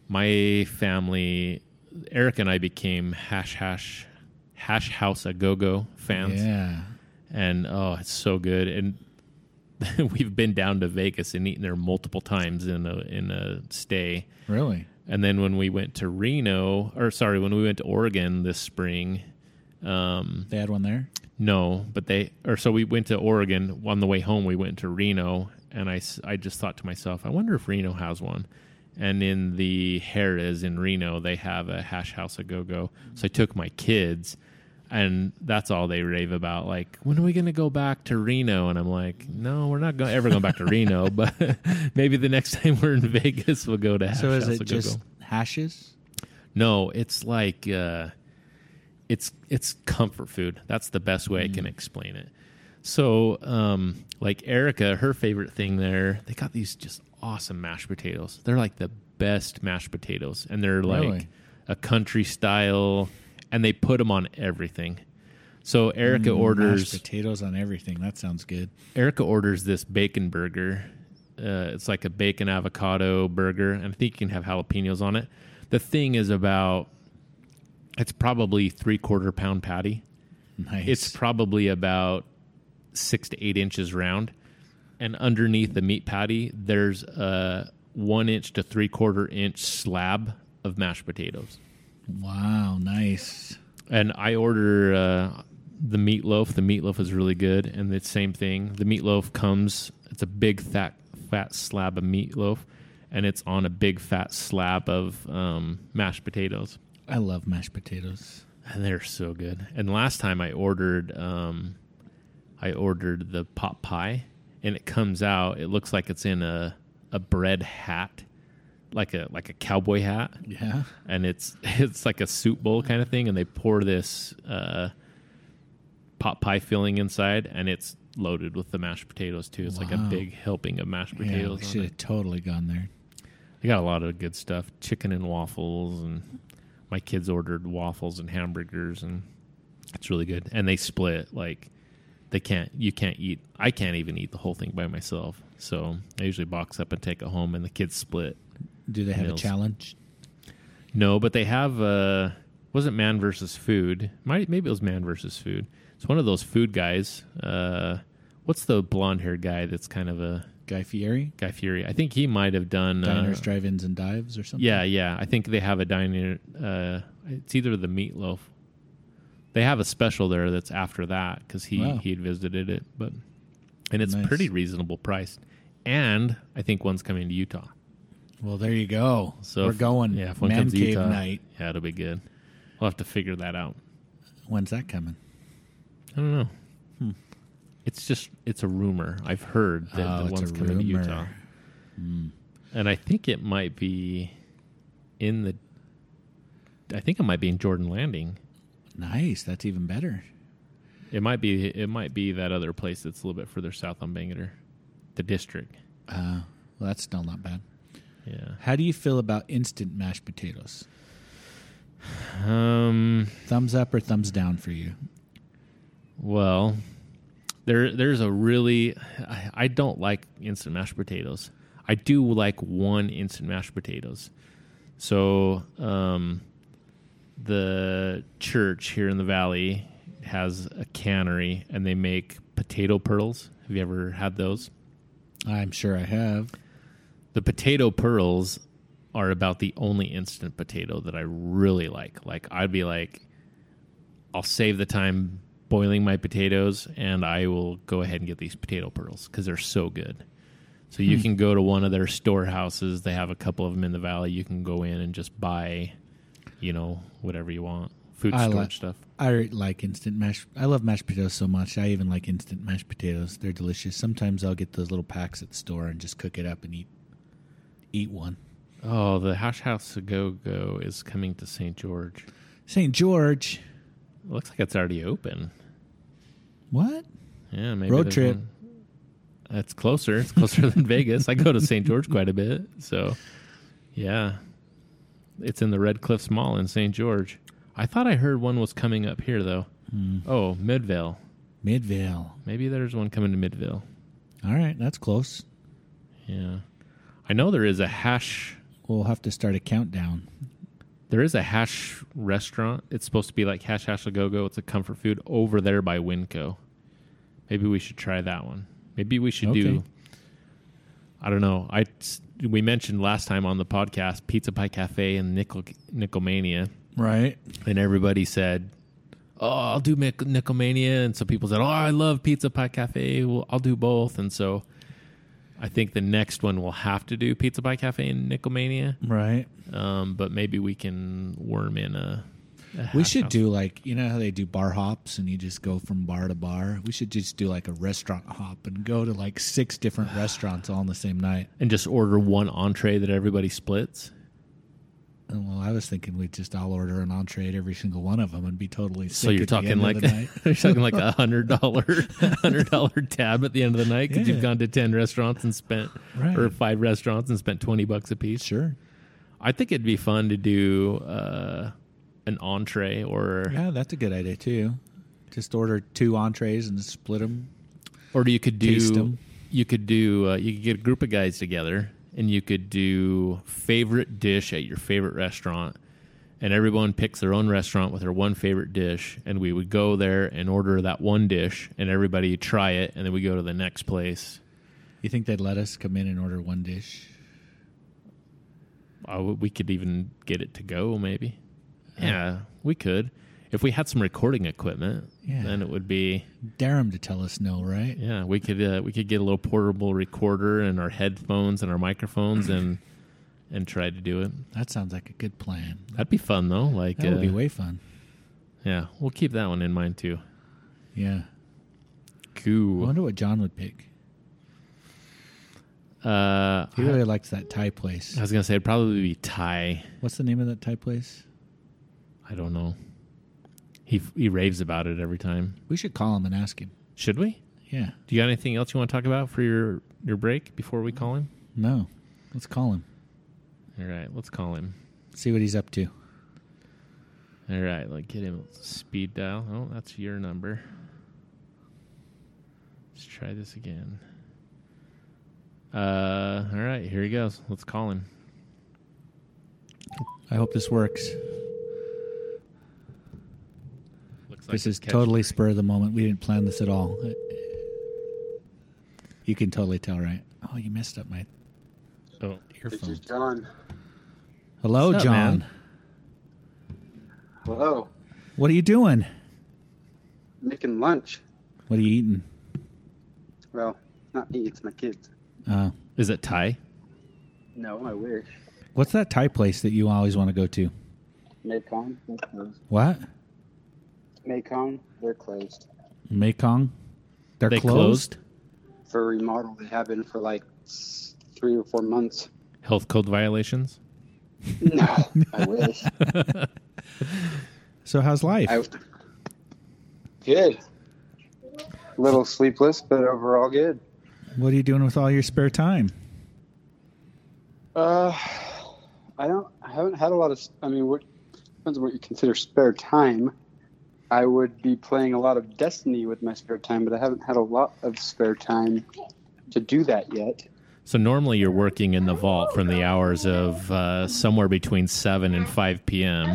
[SPEAKER 3] my family, Eric and I became hash hash, hash house a go go fans.
[SPEAKER 2] Yeah.
[SPEAKER 3] And oh, it's so good. And we've been down to Vegas and eaten there multiple times in a in a stay.
[SPEAKER 2] Really?
[SPEAKER 3] And then when we went to Reno, or sorry, when we went to Oregon this spring, um,
[SPEAKER 2] They had one there?
[SPEAKER 3] no, but they or so we went to Oregon on the way home. We went to Reno, and I s- I just thought to myself, I wonder if Reno has one. And in the Harrah's in Reno, they have a hash house a go go. So I took my kids, and that's all they rave about. Like, when are we going to go back to Reno? And I'm like, no, we're not go- ever going back to Reno, but maybe the next time we're in Vegas, we'll go to hash
[SPEAKER 2] So
[SPEAKER 3] house
[SPEAKER 2] is
[SPEAKER 3] a
[SPEAKER 2] it
[SPEAKER 3] go
[SPEAKER 2] just
[SPEAKER 3] go.
[SPEAKER 2] hashes?
[SPEAKER 3] No, it's like uh, it's it's comfort food. That's the best way I can explain it. So, um, like Erica, her favorite thing there, they got these just awesome mashed potatoes. They're like the best mashed potatoes, and they're like
[SPEAKER 2] Really?
[SPEAKER 3] a country style, and they put them on everything. So Erica
[SPEAKER 2] Mm, Mashed
[SPEAKER 3] orders
[SPEAKER 2] potatoes on everything. That sounds good.
[SPEAKER 3] Erica orders this bacon burger. Uh, it's like a bacon avocado burger, and I think you can have jalapenos on it. The thing is about it's probably three quarter pound patty.
[SPEAKER 2] Nice.
[SPEAKER 3] It's probably about six to eight inches round, and underneath the meat patty, there's a one inch to three quarter inch slab of mashed potatoes.
[SPEAKER 2] wow, nice.
[SPEAKER 3] And I order uh, the meatloaf. The meatloaf is really good, and it's same thing. The meatloaf comes. It's a big fat fat slab of meatloaf, and it's on a big fat slab of um, mashed potatoes,
[SPEAKER 2] I love mashed potatoes.
[SPEAKER 3] and they're so good. And last time I ordered, um, I ordered the pot pie, and it comes out. It looks like it's in a a bread hat, like a like a cowboy hat
[SPEAKER 2] Yeah.
[SPEAKER 3] and it's it's like a soup bowl kind of thing, and they pour this uh, pot pie filling inside, and it's loaded with the mashed potatoes too. It's like a
[SPEAKER 2] Wow.
[SPEAKER 3] big helping of mashed
[SPEAKER 2] Yeah, we
[SPEAKER 3] potatoes.
[SPEAKER 2] should
[SPEAKER 3] Yeah,
[SPEAKER 2] have totally gone there.
[SPEAKER 3] they got a lot of good stuff: chicken and waffles, and my kids ordered waffles and hamburgers, and it's really good. And they split like they can't you can't eat I can't even eat the whole thing by myself. So I usually box up and take it home, and the kids split.
[SPEAKER 2] Do they have
[SPEAKER 3] Meals.
[SPEAKER 2] a challenge?
[SPEAKER 3] No, but they have uh wasn't man versus food. Might maybe it was man versus food. It's one of those food guys. Uh what's the blonde haired guy that's kind of a
[SPEAKER 2] Guy Fieri,
[SPEAKER 3] Guy Fury? I think he might have done uh,
[SPEAKER 2] diners, drive-ins, and dives, or something.
[SPEAKER 3] Yeah, yeah. I think they have a diner uh it's either the meatloaf. They have a special there that's after that cuz he
[SPEAKER 2] Wow.
[SPEAKER 3] he had visited it, but and it's
[SPEAKER 2] Nice.
[SPEAKER 3] pretty reasonable priced. And I think one's coming to Utah.
[SPEAKER 2] Well, there you go.
[SPEAKER 3] So
[SPEAKER 2] we're
[SPEAKER 3] if-
[SPEAKER 2] going.
[SPEAKER 3] Yeah, if one
[SPEAKER 2] man
[SPEAKER 3] comes to
[SPEAKER 2] cave
[SPEAKER 3] Utah,
[SPEAKER 2] night.
[SPEAKER 3] Yeah, it'll be good. We'll have to figure that out.
[SPEAKER 2] When's that coming?
[SPEAKER 3] I don't know.
[SPEAKER 2] Hmm.
[SPEAKER 3] It's just it's a rumor. I've heard that
[SPEAKER 2] Oh,
[SPEAKER 3] the
[SPEAKER 2] it's
[SPEAKER 3] one's
[SPEAKER 2] a
[SPEAKER 3] coming to
[SPEAKER 2] rumor.
[SPEAKER 3] Utah, Hmm. and I think it might be in the. I think it might be in Jordan Landing.
[SPEAKER 2] Nice. That's even better.
[SPEAKER 3] It might be it might be that other place that's a little bit further south on Bangor, the district.
[SPEAKER 2] Uh, well, that's still not bad.
[SPEAKER 3] Yeah.
[SPEAKER 2] How do you feel about instant mashed potatoes?
[SPEAKER 3] Um.
[SPEAKER 2] Thumbs up or thumbs down for you?
[SPEAKER 3] Well, there there's a really I, I don't like instant mashed potatoes. I do like one instant mashed potatoes. So um, the church here in the valley has a cannery, and they make potato pearls. Have you ever had those?
[SPEAKER 2] I'm sure I have.
[SPEAKER 3] The potato pearls are about the only instant potato that I really like. Like I'd be like, I'll save the time boiling my potatoes, and I will go ahead and get these potato pearls because they're so good. So you can go to one of their storehouses. They have a couple of them in the valley. You can go in and just buy, you know, whatever you want, food
[SPEAKER 2] I
[SPEAKER 3] storage
[SPEAKER 2] like-
[SPEAKER 3] stuff.
[SPEAKER 2] I like instant mashed. I love mashed potatoes so much. I even like instant mashed potatoes. They're delicious. Sometimes I'll get those little packs at the store and just cook it up and eat eat one.
[SPEAKER 3] Oh, the Hash House to Go Go is coming to St. George.
[SPEAKER 2] St. George.
[SPEAKER 3] looks like it's already open.
[SPEAKER 2] What?
[SPEAKER 3] Yeah, maybe
[SPEAKER 2] Road
[SPEAKER 3] there's
[SPEAKER 2] trip.
[SPEAKER 3] one. That's closer. It's closer than Vegas. I go to St. George quite a bit, so yeah, it's in the Red Cliffs Mall in St. George. I thought I heard one was coming up here though. Oh, Midvale.
[SPEAKER 2] Hmm, Midvale.
[SPEAKER 3] Maybe there's one coming to Midvale.
[SPEAKER 2] All right, that's close.
[SPEAKER 3] Yeah, I know there is a hash.
[SPEAKER 2] We'll have to start a countdown.
[SPEAKER 3] There is a hash restaurant. It's supposed to be like hash hash a go go. It's a comfort food over there by Winco. Maybe we should try that one. Maybe we should do.
[SPEAKER 2] Okay.
[SPEAKER 3] I don't know. I we mentioned last time on the podcast Pizza Pie Cafe and Nickel Nickelmania,
[SPEAKER 2] Right.
[SPEAKER 3] and everybody said, "Oh, I'll do Nic- Nickelmania," and some people said, "Oh, I love Pizza Pie Cafe. Well, I'll do both." And so, I think the next one will have to do Pizza Pie Cafe and Nickelmania
[SPEAKER 2] Right.
[SPEAKER 3] um, but maybe we can worm in a. a
[SPEAKER 2] We
[SPEAKER 3] hash
[SPEAKER 2] should
[SPEAKER 3] house.
[SPEAKER 2] do like you know how they do bar hops and you just go from bar to bar. We should just do like a restaurant hop and go to like six different restaurants all on the same night.
[SPEAKER 3] and just order one entree that everybody splits.
[SPEAKER 2] And well, I was thinking we'd just all order an entree at every single one of them and be totally sick.
[SPEAKER 3] So you're
[SPEAKER 2] at the
[SPEAKER 3] talking
[SPEAKER 2] end
[SPEAKER 3] like
[SPEAKER 2] of the night.
[SPEAKER 3] you're talking like a hundred dollar hundred dollar tab at the end of the night because you've
[SPEAKER 2] Yeah.
[SPEAKER 3] gone to ten restaurants and spent
[SPEAKER 2] Right.
[SPEAKER 3] or five restaurants and spent twenty bucks a piece.
[SPEAKER 2] sure.
[SPEAKER 3] I think it'd be fun to do uh, an entree or
[SPEAKER 2] Yeah, that's a good idea too. Just order two entrees and split them.
[SPEAKER 3] or you could
[SPEAKER 2] Taste
[SPEAKER 3] do
[SPEAKER 2] 'em.
[SPEAKER 3] you could do uh, you could get a group of guys together and you could do favorite dish at your favorite restaurant and everyone picks their own restaurant with their one favorite dish and we would go there and order that one dish and everybody try it and then we go to the next place
[SPEAKER 2] You think they'd let us come in and order one dish?
[SPEAKER 3] Uh, we could even get it to go maybe yeah we could if we had some recording equipment
[SPEAKER 2] Yeah.
[SPEAKER 3] then it would be
[SPEAKER 2] Dare them to tell us no, right?
[SPEAKER 3] Yeah, we could uh, we could get a little portable recorder and our headphones and our microphones and and try to do it.
[SPEAKER 2] That sounds like a good plan.
[SPEAKER 3] That'd be fun though. Like
[SPEAKER 2] That would be
[SPEAKER 3] uh,
[SPEAKER 2] way fun.
[SPEAKER 3] yeah, we'll keep that one in mind too.
[SPEAKER 2] Yeah. I
[SPEAKER 3] Cool.
[SPEAKER 2] wonder what John would pick.
[SPEAKER 3] Uh, I,
[SPEAKER 2] He really likes that Thai place.
[SPEAKER 3] I was gonna say it'd probably be Thai.
[SPEAKER 2] What's the name of that Thai place?
[SPEAKER 3] I don't know. He he raves about it every time.
[SPEAKER 2] We should call him and ask him.
[SPEAKER 3] Should we?
[SPEAKER 2] Yeah.
[SPEAKER 3] Do you got anything else you want to talk about for your your break before we call him?
[SPEAKER 2] No. Let's call him.
[SPEAKER 3] All right, let's call him.
[SPEAKER 2] See what he's up to.
[SPEAKER 3] All right, like get him speed dial. Oh, that's your number. Let's try this again. Uh, all right, here he goes. Let's call him.
[SPEAKER 2] I hope this works.
[SPEAKER 3] Looks
[SPEAKER 2] This is
[SPEAKER 3] it's catching-
[SPEAKER 2] totally spur of the moment. We didn't plan this at all. Uh, You can totally tell, right? Oh, you messed up my
[SPEAKER 3] Oh,
[SPEAKER 4] This
[SPEAKER 2] earphone.
[SPEAKER 4] is John.
[SPEAKER 2] Hello,
[SPEAKER 3] What's up,
[SPEAKER 2] John.
[SPEAKER 3] man?
[SPEAKER 4] Hello.
[SPEAKER 2] What are you doing?
[SPEAKER 4] Making lunch.
[SPEAKER 2] What are you eating?
[SPEAKER 4] Well, not me, it's my kids.
[SPEAKER 2] Uh,
[SPEAKER 3] is it Ty?
[SPEAKER 4] No, I wish.
[SPEAKER 2] what's that Thai place that you always want to go to?
[SPEAKER 4] Mekong? They're closed.
[SPEAKER 2] What?
[SPEAKER 4] Mekong? They're closed.
[SPEAKER 2] Mekong? They're
[SPEAKER 3] They
[SPEAKER 2] closed?
[SPEAKER 3] closed?
[SPEAKER 4] For remodel, they have been for like s- three or four months.
[SPEAKER 3] Health code violations.
[SPEAKER 4] No, I wish.
[SPEAKER 2] So how's life?
[SPEAKER 4] I, good. Little sleepless, but overall good.
[SPEAKER 2] what are you doing with all your spare time?
[SPEAKER 4] Uh, I don't. I haven't had a lot of. s- I mean, what depends on what you consider spare time. I would be playing a lot of Destiny with my spare time, but I haven't had a lot of spare time to do that yet.
[SPEAKER 3] So normally you're working in the vault from the hours of uh, somewhere between seven and five p.m.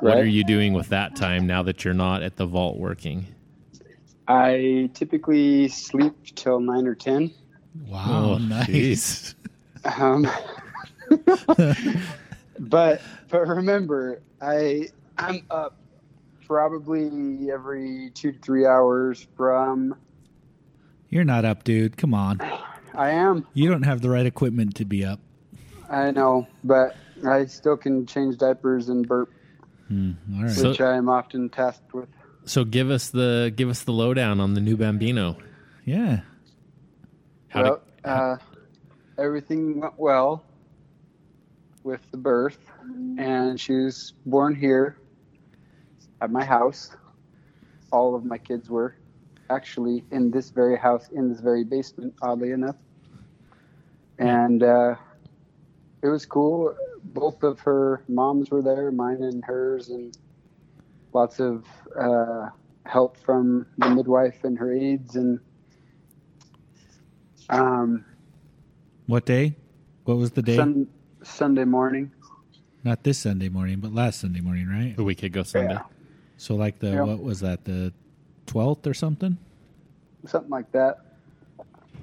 [SPEAKER 3] What
[SPEAKER 4] Right.
[SPEAKER 3] are you doing with that time now that you're not at the vault working?
[SPEAKER 4] I typically sleep till nine or ten.
[SPEAKER 3] Oh,
[SPEAKER 2] Wow,
[SPEAKER 3] jeez.
[SPEAKER 4] Um, but but remember, I I'm up probably every two to three hours from.
[SPEAKER 2] You're not up, dude. Come on.
[SPEAKER 4] I am.
[SPEAKER 2] You don't have the right equipment to be up.
[SPEAKER 4] I know, but I still can change diapers and burp,
[SPEAKER 3] Hmm,
[SPEAKER 2] All right.
[SPEAKER 3] So-
[SPEAKER 4] which I am often tasked with.
[SPEAKER 3] So give us the give us the lowdown on the new Bambino.
[SPEAKER 2] yeah.
[SPEAKER 3] How
[SPEAKER 4] well,
[SPEAKER 3] to,
[SPEAKER 4] uh, everything went well with the birth, and she was born here at my house. All of my kids were actually in this very house, in this very basement, oddly enough. And uh, it was cool. Both of her moms were there, mine and hers, and lots of uh, help from the midwife and her aides and. Um,
[SPEAKER 2] What day? What was the day?
[SPEAKER 4] Sun, Sunday morning.
[SPEAKER 2] Not this Sunday morning, but last Sunday morning, right?
[SPEAKER 3] a week ago Sunday.
[SPEAKER 4] Yeah.
[SPEAKER 2] So like the
[SPEAKER 4] Yeah.
[SPEAKER 2] what was that? The 12th or something?
[SPEAKER 4] Something like that.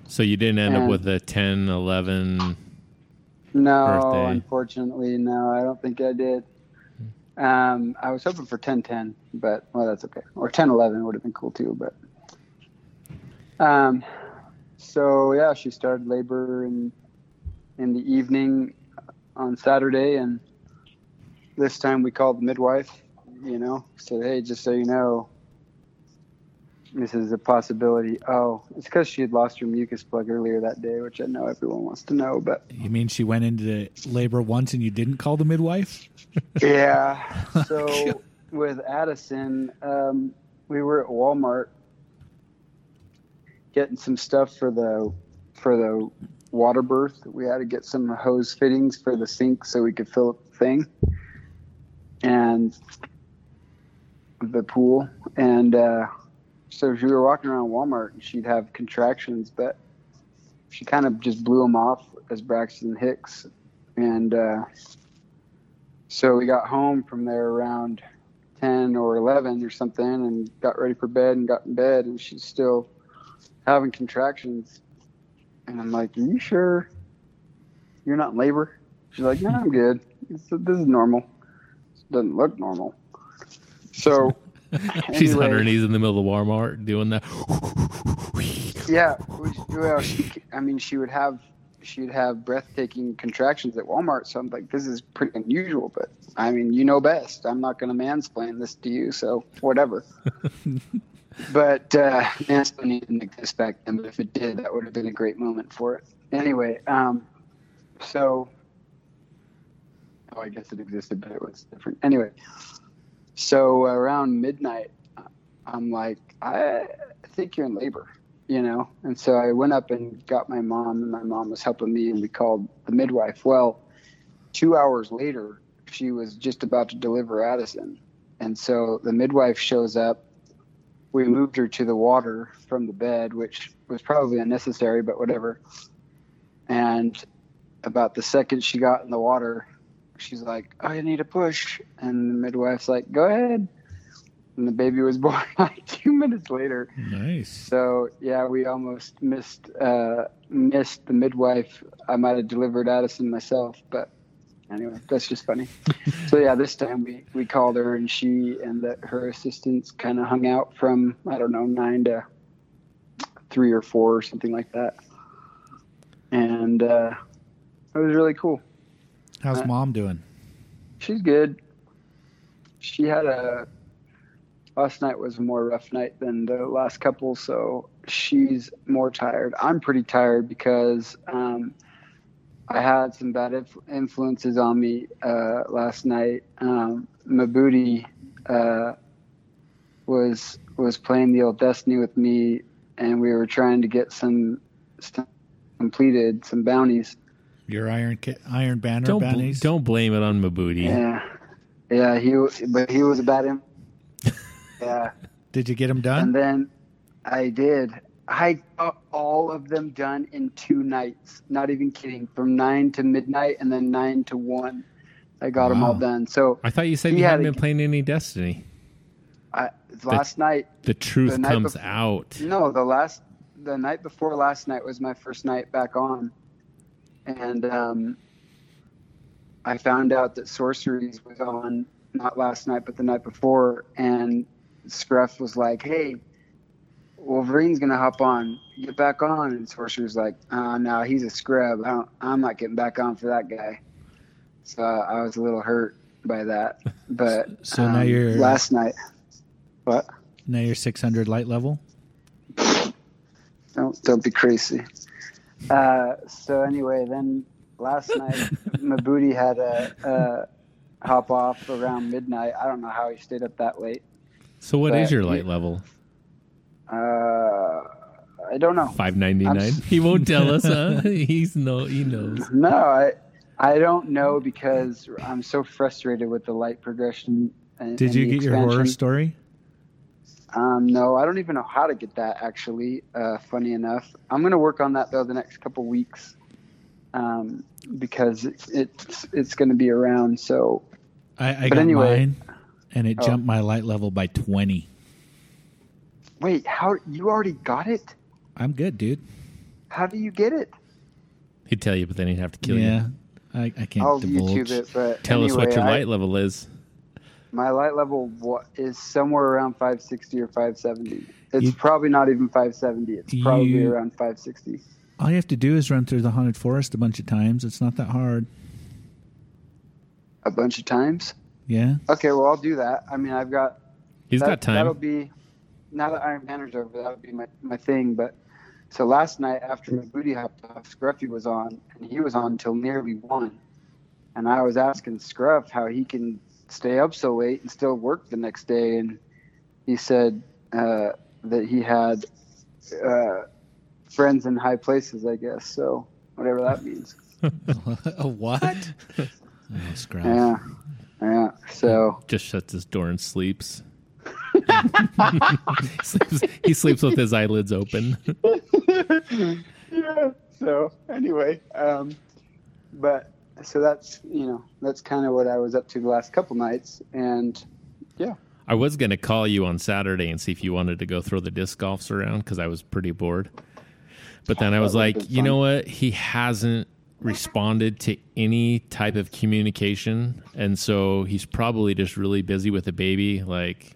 [SPEAKER 3] So you didn't end up
[SPEAKER 4] And-
[SPEAKER 3] with a 10, 11.
[SPEAKER 4] No,
[SPEAKER 3] Birthday.
[SPEAKER 4] unfortunately, no. I don't think I did. Um, I was hoping for ten ten, but well, that's okay. Or ten eleven would have been cool too. But um, so yeah, she started labor in in the evening on Saturday, and this time we called the midwife. You know, said, "Hey, just so you know, this is a possibility." Oh, it's because she had lost her mucus plug earlier that day, which I know everyone wants to know, but
[SPEAKER 2] You mean she went into labor once and you didn't call the midwife?
[SPEAKER 4] Yeah. So with Addison, um, we were at Walmart getting some stuff for the for the water birth. We had to get some hose fittings for the sink so we could fill up the thing. And the pool, and uh, so she were walking around Walmart, and she'd have contractions, but she kind of just blew them off as Braxton Hicks, and uh, so we got home from there around ten or eleven or something, and got ready for bed and got in bed, and she's still having contractions, and I'm like, "Are you sure you're not in labor?" She's like, "No, I'm good. It's, this is normal. It doesn't look normal." So
[SPEAKER 3] She's on her
[SPEAKER 4] anyway-
[SPEAKER 3] knees in the middle of Walmart doing that.
[SPEAKER 4] Yeah, we- well, she, I mean, she would have she'd have breathtaking contractions at Walmart. So I'm like, this is pretty unusual, but I mean, you know best. I'm not going to mansplain this to you, so whatever. but uh, mansplaining didn't exist back then. But if it did, that would have been a great moment for it. Anyway, um, so oh, I guess it existed, but it was different. Anyway, so around midnight, uh, I'm like, I think you're in labor you know. And so I went up and got my mom, and my mom was helping me, and we called the midwife. Well, two hours later, she was just about to deliver Addison, and so the midwife shows up. We moved her to the water from the bed, which was probably unnecessary, but whatever. And about the second she got in the water, she's like, "I need a push," and the midwife's like, "Go ahead." And the baby was born like two minutes later.
[SPEAKER 2] Nice.
[SPEAKER 4] So yeah, we almost missed uh, missed the midwife. I might have delivered Addison myself, but anyway, that's just funny. so yeah, this time we, we called her and she and the, her assistants kind of hung out from I don't know nine to three or four or something like that, and uh, it was really cool. Uh,
[SPEAKER 2] How's mom doing?
[SPEAKER 4] She's good. She had a last night was a more rough night than the last couple, so she's more tired. I'm pretty tired because um, I had some bad inf- influences on me uh, last night. Um, Mabuti uh, was was playing the old Destiny with me, and we were trying to get some stuff completed, some bounties.
[SPEAKER 2] Your iron ca- iron banner
[SPEAKER 3] don't bl-
[SPEAKER 2] bounties.
[SPEAKER 3] don't blame it on Mabuti.
[SPEAKER 4] Yeah, yeah. He wa- but he was about him. yeah,
[SPEAKER 2] Did you get them
[SPEAKER 4] and
[SPEAKER 2] done?
[SPEAKER 4] then I did. I got all of them done in two nights. Not even kidding. From nine to midnight, and then nine to one. I got them all
[SPEAKER 2] Wow.
[SPEAKER 4] done. So
[SPEAKER 3] I thought you said
[SPEAKER 4] He
[SPEAKER 3] you
[SPEAKER 4] had
[SPEAKER 3] hadn't
[SPEAKER 4] a-
[SPEAKER 3] been playing any Destiny.
[SPEAKER 4] I, last night,
[SPEAKER 3] The truth
[SPEAKER 4] The night
[SPEAKER 3] comes
[SPEAKER 4] before-
[SPEAKER 3] out.
[SPEAKER 4] no, the last, the night before last night was my first night back on, and um, I found out that Sorceries was on not last night but the night before, and Scruff was like, "Hey, Wolverine's gonna hop on, get back on," and Sorceries like, "Oh no, he's a scrub. I don't, I'm not getting back on for that guy." So I was a little hurt by that, but um,
[SPEAKER 2] So now you're-
[SPEAKER 4] last night. What?
[SPEAKER 2] Now you're 600 light level.
[SPEAKER 4] Don't don't be crazy. Uh, so anyway, then last night Mabuti had a, a hop off around midnight. I don't know how he stayed up that late.
[SPEAKER 3] So what is
[SPEAKER 4] But-
[SPEAKER 3] your light level?
[SPEAKER 4] Uh, I don't know.
[SPEAKER 3] Five ninety nine.
[SPEAKER 4] I'm-
[SPEAKER 3] He won't tell us. Huh? He's no. He knows.
[SPEAKER 4] No, I I don't know because I'm so frustrated with the light progression. And,
[SPEAKER 2] Did
[SPEAKER 4] and
[SPEAKER 2] you
[SPEAKER 4] the
[SPEAKER 2] get your horror
[SPEAKER 4] expansion.
[SPEAKER 2] story?
[SPEAKER 4] Um, no, I don't even know how to get that. Actually, uh, funny enough, I'm gonna work on that though the next couple weeks, um, because it, it's it's gonna be around. So
[SPEAKER 2] I, I
[SPEAKER 4] But
[SPEAKER 2] got
[SPEAKER 4] anyway-
[SPEAKER 2] mine, and it
[SPEAKER 4] Oh.
[SPEAKER 2] jumped my light level by 20.
[SPEAKER 4] wait, how you already got it?
[SPEAKER 2] I'm good, dude.
[SPEAKER 4] How do you get it?
[SPEAKER 3] He'd tell you, but then he'd have to kill
[SPEAKER 2] yeah,
[SPEAKER 3] you.
[SPEAKER 2] I, I can't
[SPEAKER 4] I'll
[SPEAKER 2] divulge.
[SPEAKER 4] YouTube it. But
[SPEAKER 3] Tell us what
[SPEAKER 4] anyway,
[SPEAKER 3] your
[SPEAKER 4] I-
[SPEAKER 3] light level is.
[SPEAKER 4] my light level wa- is somewhere around 560 or 570. It's
[SPEAKER 2] You-
[SPEAKER 4] probably not even 570. It's probably
[SPEAKER 2] You-
[SPEAKER 4] around 560.
[SPEAKER 2] All you have to do is run through the haunted forest a bunch of times. It's not that hard.
[SPEAKER 4] A bunch of times.
[SPEAKER 2] Yeah.
[SPEAKER 4] Okay, well I'll do that. I mean I've got
[SPEAKER 3] He's
[SPEAKER 4] that,
[SPEAKER 3] got time.
[SPEAKER 4] That'll be now that Iron Banner's over. That'll be my, my thing. But so last night after my booty hopped off, Scruffy was on, and he was on till nearly one. And I was asking Scruff how he can stay up so late and still work the next day, and he said uh, that he had uh, friends in high places. I guess so. Whatever that means.
[SPEAKER 2] a what? oh, scrub.
[SPEAKER 4] Yeah. Yeah. So
[SPEAKER 3] Just shuts his door and sleeps. He sleeps, he sleeps with his eyelids open.
[SPEAKER 4] yeah. So anyway, um, but so that's you know that's kind of what I was up to the last couple nights, and yeah,
[SPEAKER 3] I was going to call you on Saturday and see if you wanted to go throw the disc golfs around because I was pretty bored. But then I was
[SPEAKER 4] That would've
[SPEAKER 3] like,
[SPEAKER 4] been
[SPEAKER 3] you know
[SPEAKER 4] fun.
[SPEAKER 3] what? He hasn't responded to any type of communication. And so he's probably just really busy with a baby. Like,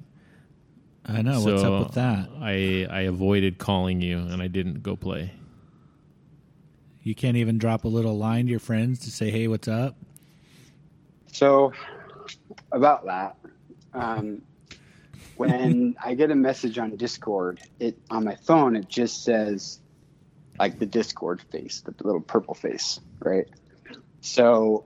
[SPEAKER 2] I know. what's
[SPEAKER 3] so
[SPEAKER 2] up with that?
[SPEAKER 3] I, I avoided calling you and I didn't go play.
[SPEAKER 2] You can't even drop a little line to your friends to say, "Hey, what's up?"
[SPEAKER 4] so about that, um, when I get a message on Discord, it on my phone it just says like the Discord face, the little purple face, right? So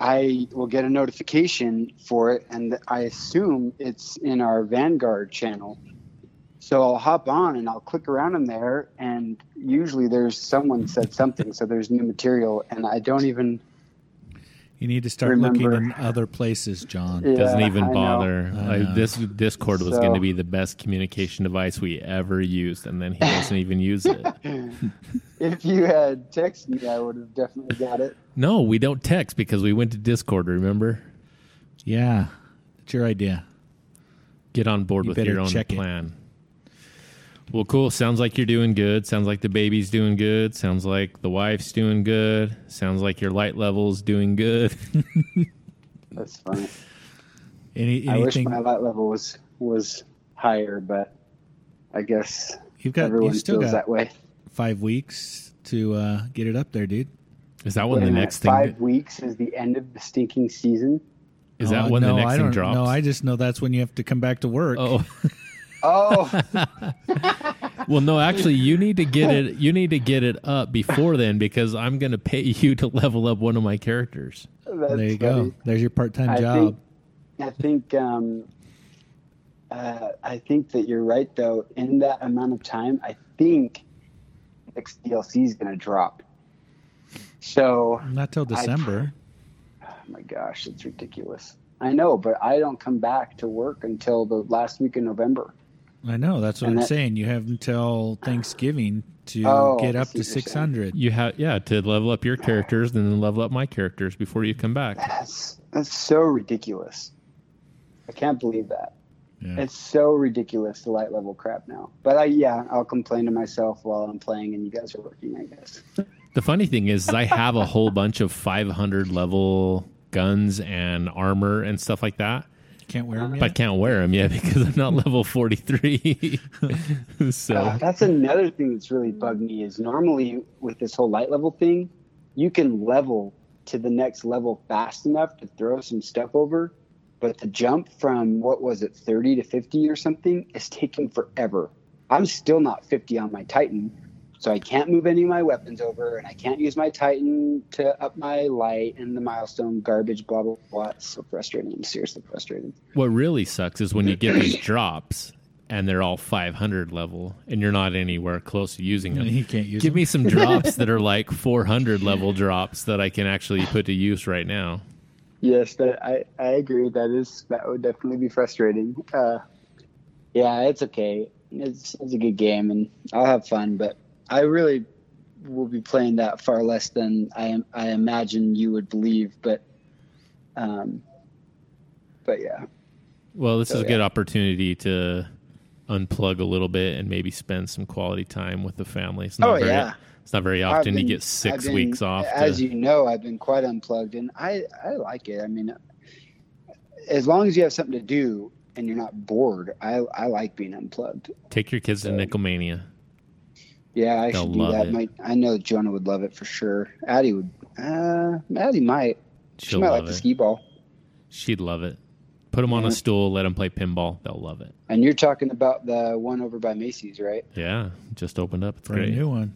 [SPEAKER 4] I will get a notification for it, and I assume it's in our Vanguard channel. So I'll hop on and I'll click around in there, and usually there's someone said something, so there's new material, and I don't even
[SPEAKER 2] You need to start looking in
[SPEAKER 4] Remember-
[SPEAKER 2] other places, John.
[SPEAKER 4] Yeah,
[SPEAKER 3] Doesn't even
[SPEAKER 4] I know.
[SPEAKER 3] bother.
[SPEAKER 2] I
[SPEAKER 3] Like,
[SPEAKER 2] know.
[SPEAKER 3] this Discord was
[SPEAKER 4] So-
[SPEAKER 3] going to be the best communication device we ever used. And then he doesn't even use it.
[SPEAKER 4] if you had texted me, I would have definitely got it.
[SPEAKER 3] No, we don't text because we went to Discord, remember?
[SPEAKER 2] Yeah, it's your idea.
[SPEAKER 3] get on board
[SPEAKER 2] You
[SPEAKER 3] with
[SPEAKER 2] better
[SPEAKER 3] your own
[SPEAKER 2] check it.
[SPEAKER 3] plan. Well, cool. Sounds like you're doing good. Sounds like the baby's doing good. Sounds like the wife's doing good. Sounds like your light level's doing good.
[SPEAKER 4] That's funny.
[SPEAKER 2] Any
[SPEAKER 4] I wish
[SPEAKER 2] anything
[SPEAKER 4] my light level was was higher, but I guess
[SPEAKER 2] you've got?
[SPEAKER 4] everyone
[SPEAKER 2] You've still
[SPEAKER 4] feels
[SPEAKER 2] got
[SPEAKER 4] that way.
[SPEAKER 2] five weeks to uh, get it up there, dude.
[SPEAKER 3] Is that when
[SPEAKER 4] Wait a
[SPEAKER 3] the
[SPEAKER 4] minute,
[SPEAKER 3] next
[SPEAKER 4] five
[SPEAKER 3] thing
[SPEAKER 4] weeks is the end of the stinking season.
[SPEAKER 3] is
[SPEAKER 2] Oh,
[SPEAKER 3] that when
[SPEAKER 2] no,
[SPEAKER 3] the next
[SPEAKER 2] I
[SPEAKER 3] thing
[SPEAKER 2] don't-
[SPEAKER 3] drops?
[SPEAKER 2] No, I just know that's when you have to come back to work.
[SPEAKER 3] Oh
[SPEAKER 4] Oh,
[SPEAKER 3] well, no. Actually, you need to get it. You need to get it up before then because I'm going to pay you to level up one of my characters.
[SPEAKER 4] that's
[SPEAKER 2] there you
[SPEAKER 4] funny.
[SPEAKER 2] go. There's your part-time
[SPEAKER 4] I
[SPEAKER 2] job.
[SPEAKER 4] think I think um, uh, I think that you're right though. In that amount of time, I think next DLC is going to drop. So
[SPEAKER 2] Not till December.
[SPEAKER 4] Oh my gosh, it's ridiculous. I know, but I don't come back to work until the last week in November.
[SPEAKER 2] I, know. That's what
[SPEAKER 4] And
[SPEAKER 2] I'm
[SPEAKER 4] that-
[SPEAKER 2] saying. You have until Thanksgiving to
[SPEAKER 4] Oh,
[SPEAKER 2] get
[SPEAKER 4] I
[SPEAKER 2] up
[SPEAKER 4] see
[SPEAKER 2] to
[SPEAKER 4] what you're saying.
[SPEAKER 2] 600.
[SPEAKER 3] You have yeah to level up your characters and then level up my characters before you come back.
[SPEAKER 4] That's that's so ridiculous. I can't believe that.
[SPEAKER 2] Yeah.
[SPEAKER 4] It's so ridiculous the light level crap now. But I yeah, I'll complain to myself while I'm playing and you guys are working, I guess.
[SPEAKER 3] The funny thing is, is I have a whole bunch of 500 level guns and armor and stuff like that,
[SPEAKER 2] Can't wear them
[SPEAKER 3] but I
[SPEAKER 2] yet.
[SPEAKER 3] can't wear them yet because I'm not level 43. so
[SPEAKER 4] Uh, that's another thing that's really bugged me is normally with this whole light level thing, you can level to the next level fast enough to throw some stuff over, but the jump from what was it, 30 to 50 or something, is taking forever. I'm still not 50 on my Titan, so I can't move any of my weapons over, and I can't use my Titan to up my light and the milestone garbage, blah, blah, blah. It's so frustrating. I'm seriously frustrated.
[SPEAKER 3] what really sucks is when you get these drops and they're all 500 level and you're not anywhere close to using them.
[SPEAKER 2] He can't use
[SPEAKER 3] Give
[SPEAKER 2] them.
[SPEAKER 3] me some drops that are like 400 level drops that I can actually put to use right now.
[SPEAKER 4] Yes, that I, I agree. That is that would definitely be frustrating. Uh, yeah, it's okay. It's it's a good game, and I'll have fun. But I really will be playing that far less than I am. I imagine you would believe, but um, but yeah,
[SPEAKER 3] Well, this
[SPEAKER 4] So,
[SPEAKER 3] is a good opportunity to unplug a little bit and maybe spend some quality time with the family. It's not
[SPEAKER 4] Oh,
[SPEAKER 3] very,
[SPEAKER 4] yeah.
[SPEAKER 3] It's not very
[SPEAKER 4] I've
[SPEAKER 3] often you
[SPEAKER 4] been-
[SPEAKER 3] get 6
[SPEAKER 4] I've been-
[SPEAKER 3] weeks off.
[SPEAKER 4] As
[SPEAKER 3] to-
[SPEAKER 4] you know, I've been quite unplugged, and I I like it. I mean, as long as you have something to do and you're not bored, I I like being unplugged.
[SPEAKER 3] take your kids
[SPEAKER 4] so-
[SPEAKER 3] to Nickelmania.
[SPEAKER 4] Yeah, I
[SPEAKER 3] They'll
[SPEAKER 4] should do
[SPEAKER 3] love
[SPEAKER 4] that.
[SPEAKER 3] it.
[SPEAKER 4] My, I know Jonah would love it for sure. Addie would. Uh, Addie might. She
[SPEAKER 3] She'll
[SPEAKER 4] might
[SPEAKER 3] love
[SPEAKER 4] like
[SPEAKER 3] it.
[SPEAKER 4] the skee ball.
[SPEAKER 3] She'd love it. Put them on
[SPEAKER 4] Yeah.
[SPEAKER 3] a stool, let them play pinball. They'll love it.
[SPEAKER 4] And you're talking about the one over by Macy's, right?
[SPEAKER 3] Yeah, just opened up. It's
[SPEAKER 2] Brand
[SPEAKER 3] great.
[SPEAKER 2] new one.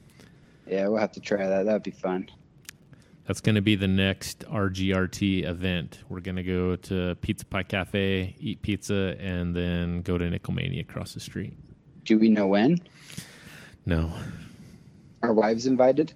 [SPEAKER 4] Yeah, we'll have to try that. That'd be fun.
[SPEAKER 3] That's going to be the next RGRT event. We're going to go to Pizza Pie Cafe, eat pizza, and then go to Nickelmania across the street.
[SPEAKER 4] Do we know when?
[SPEAKER 3] No,
[SPEAKER 4] Our wives invited?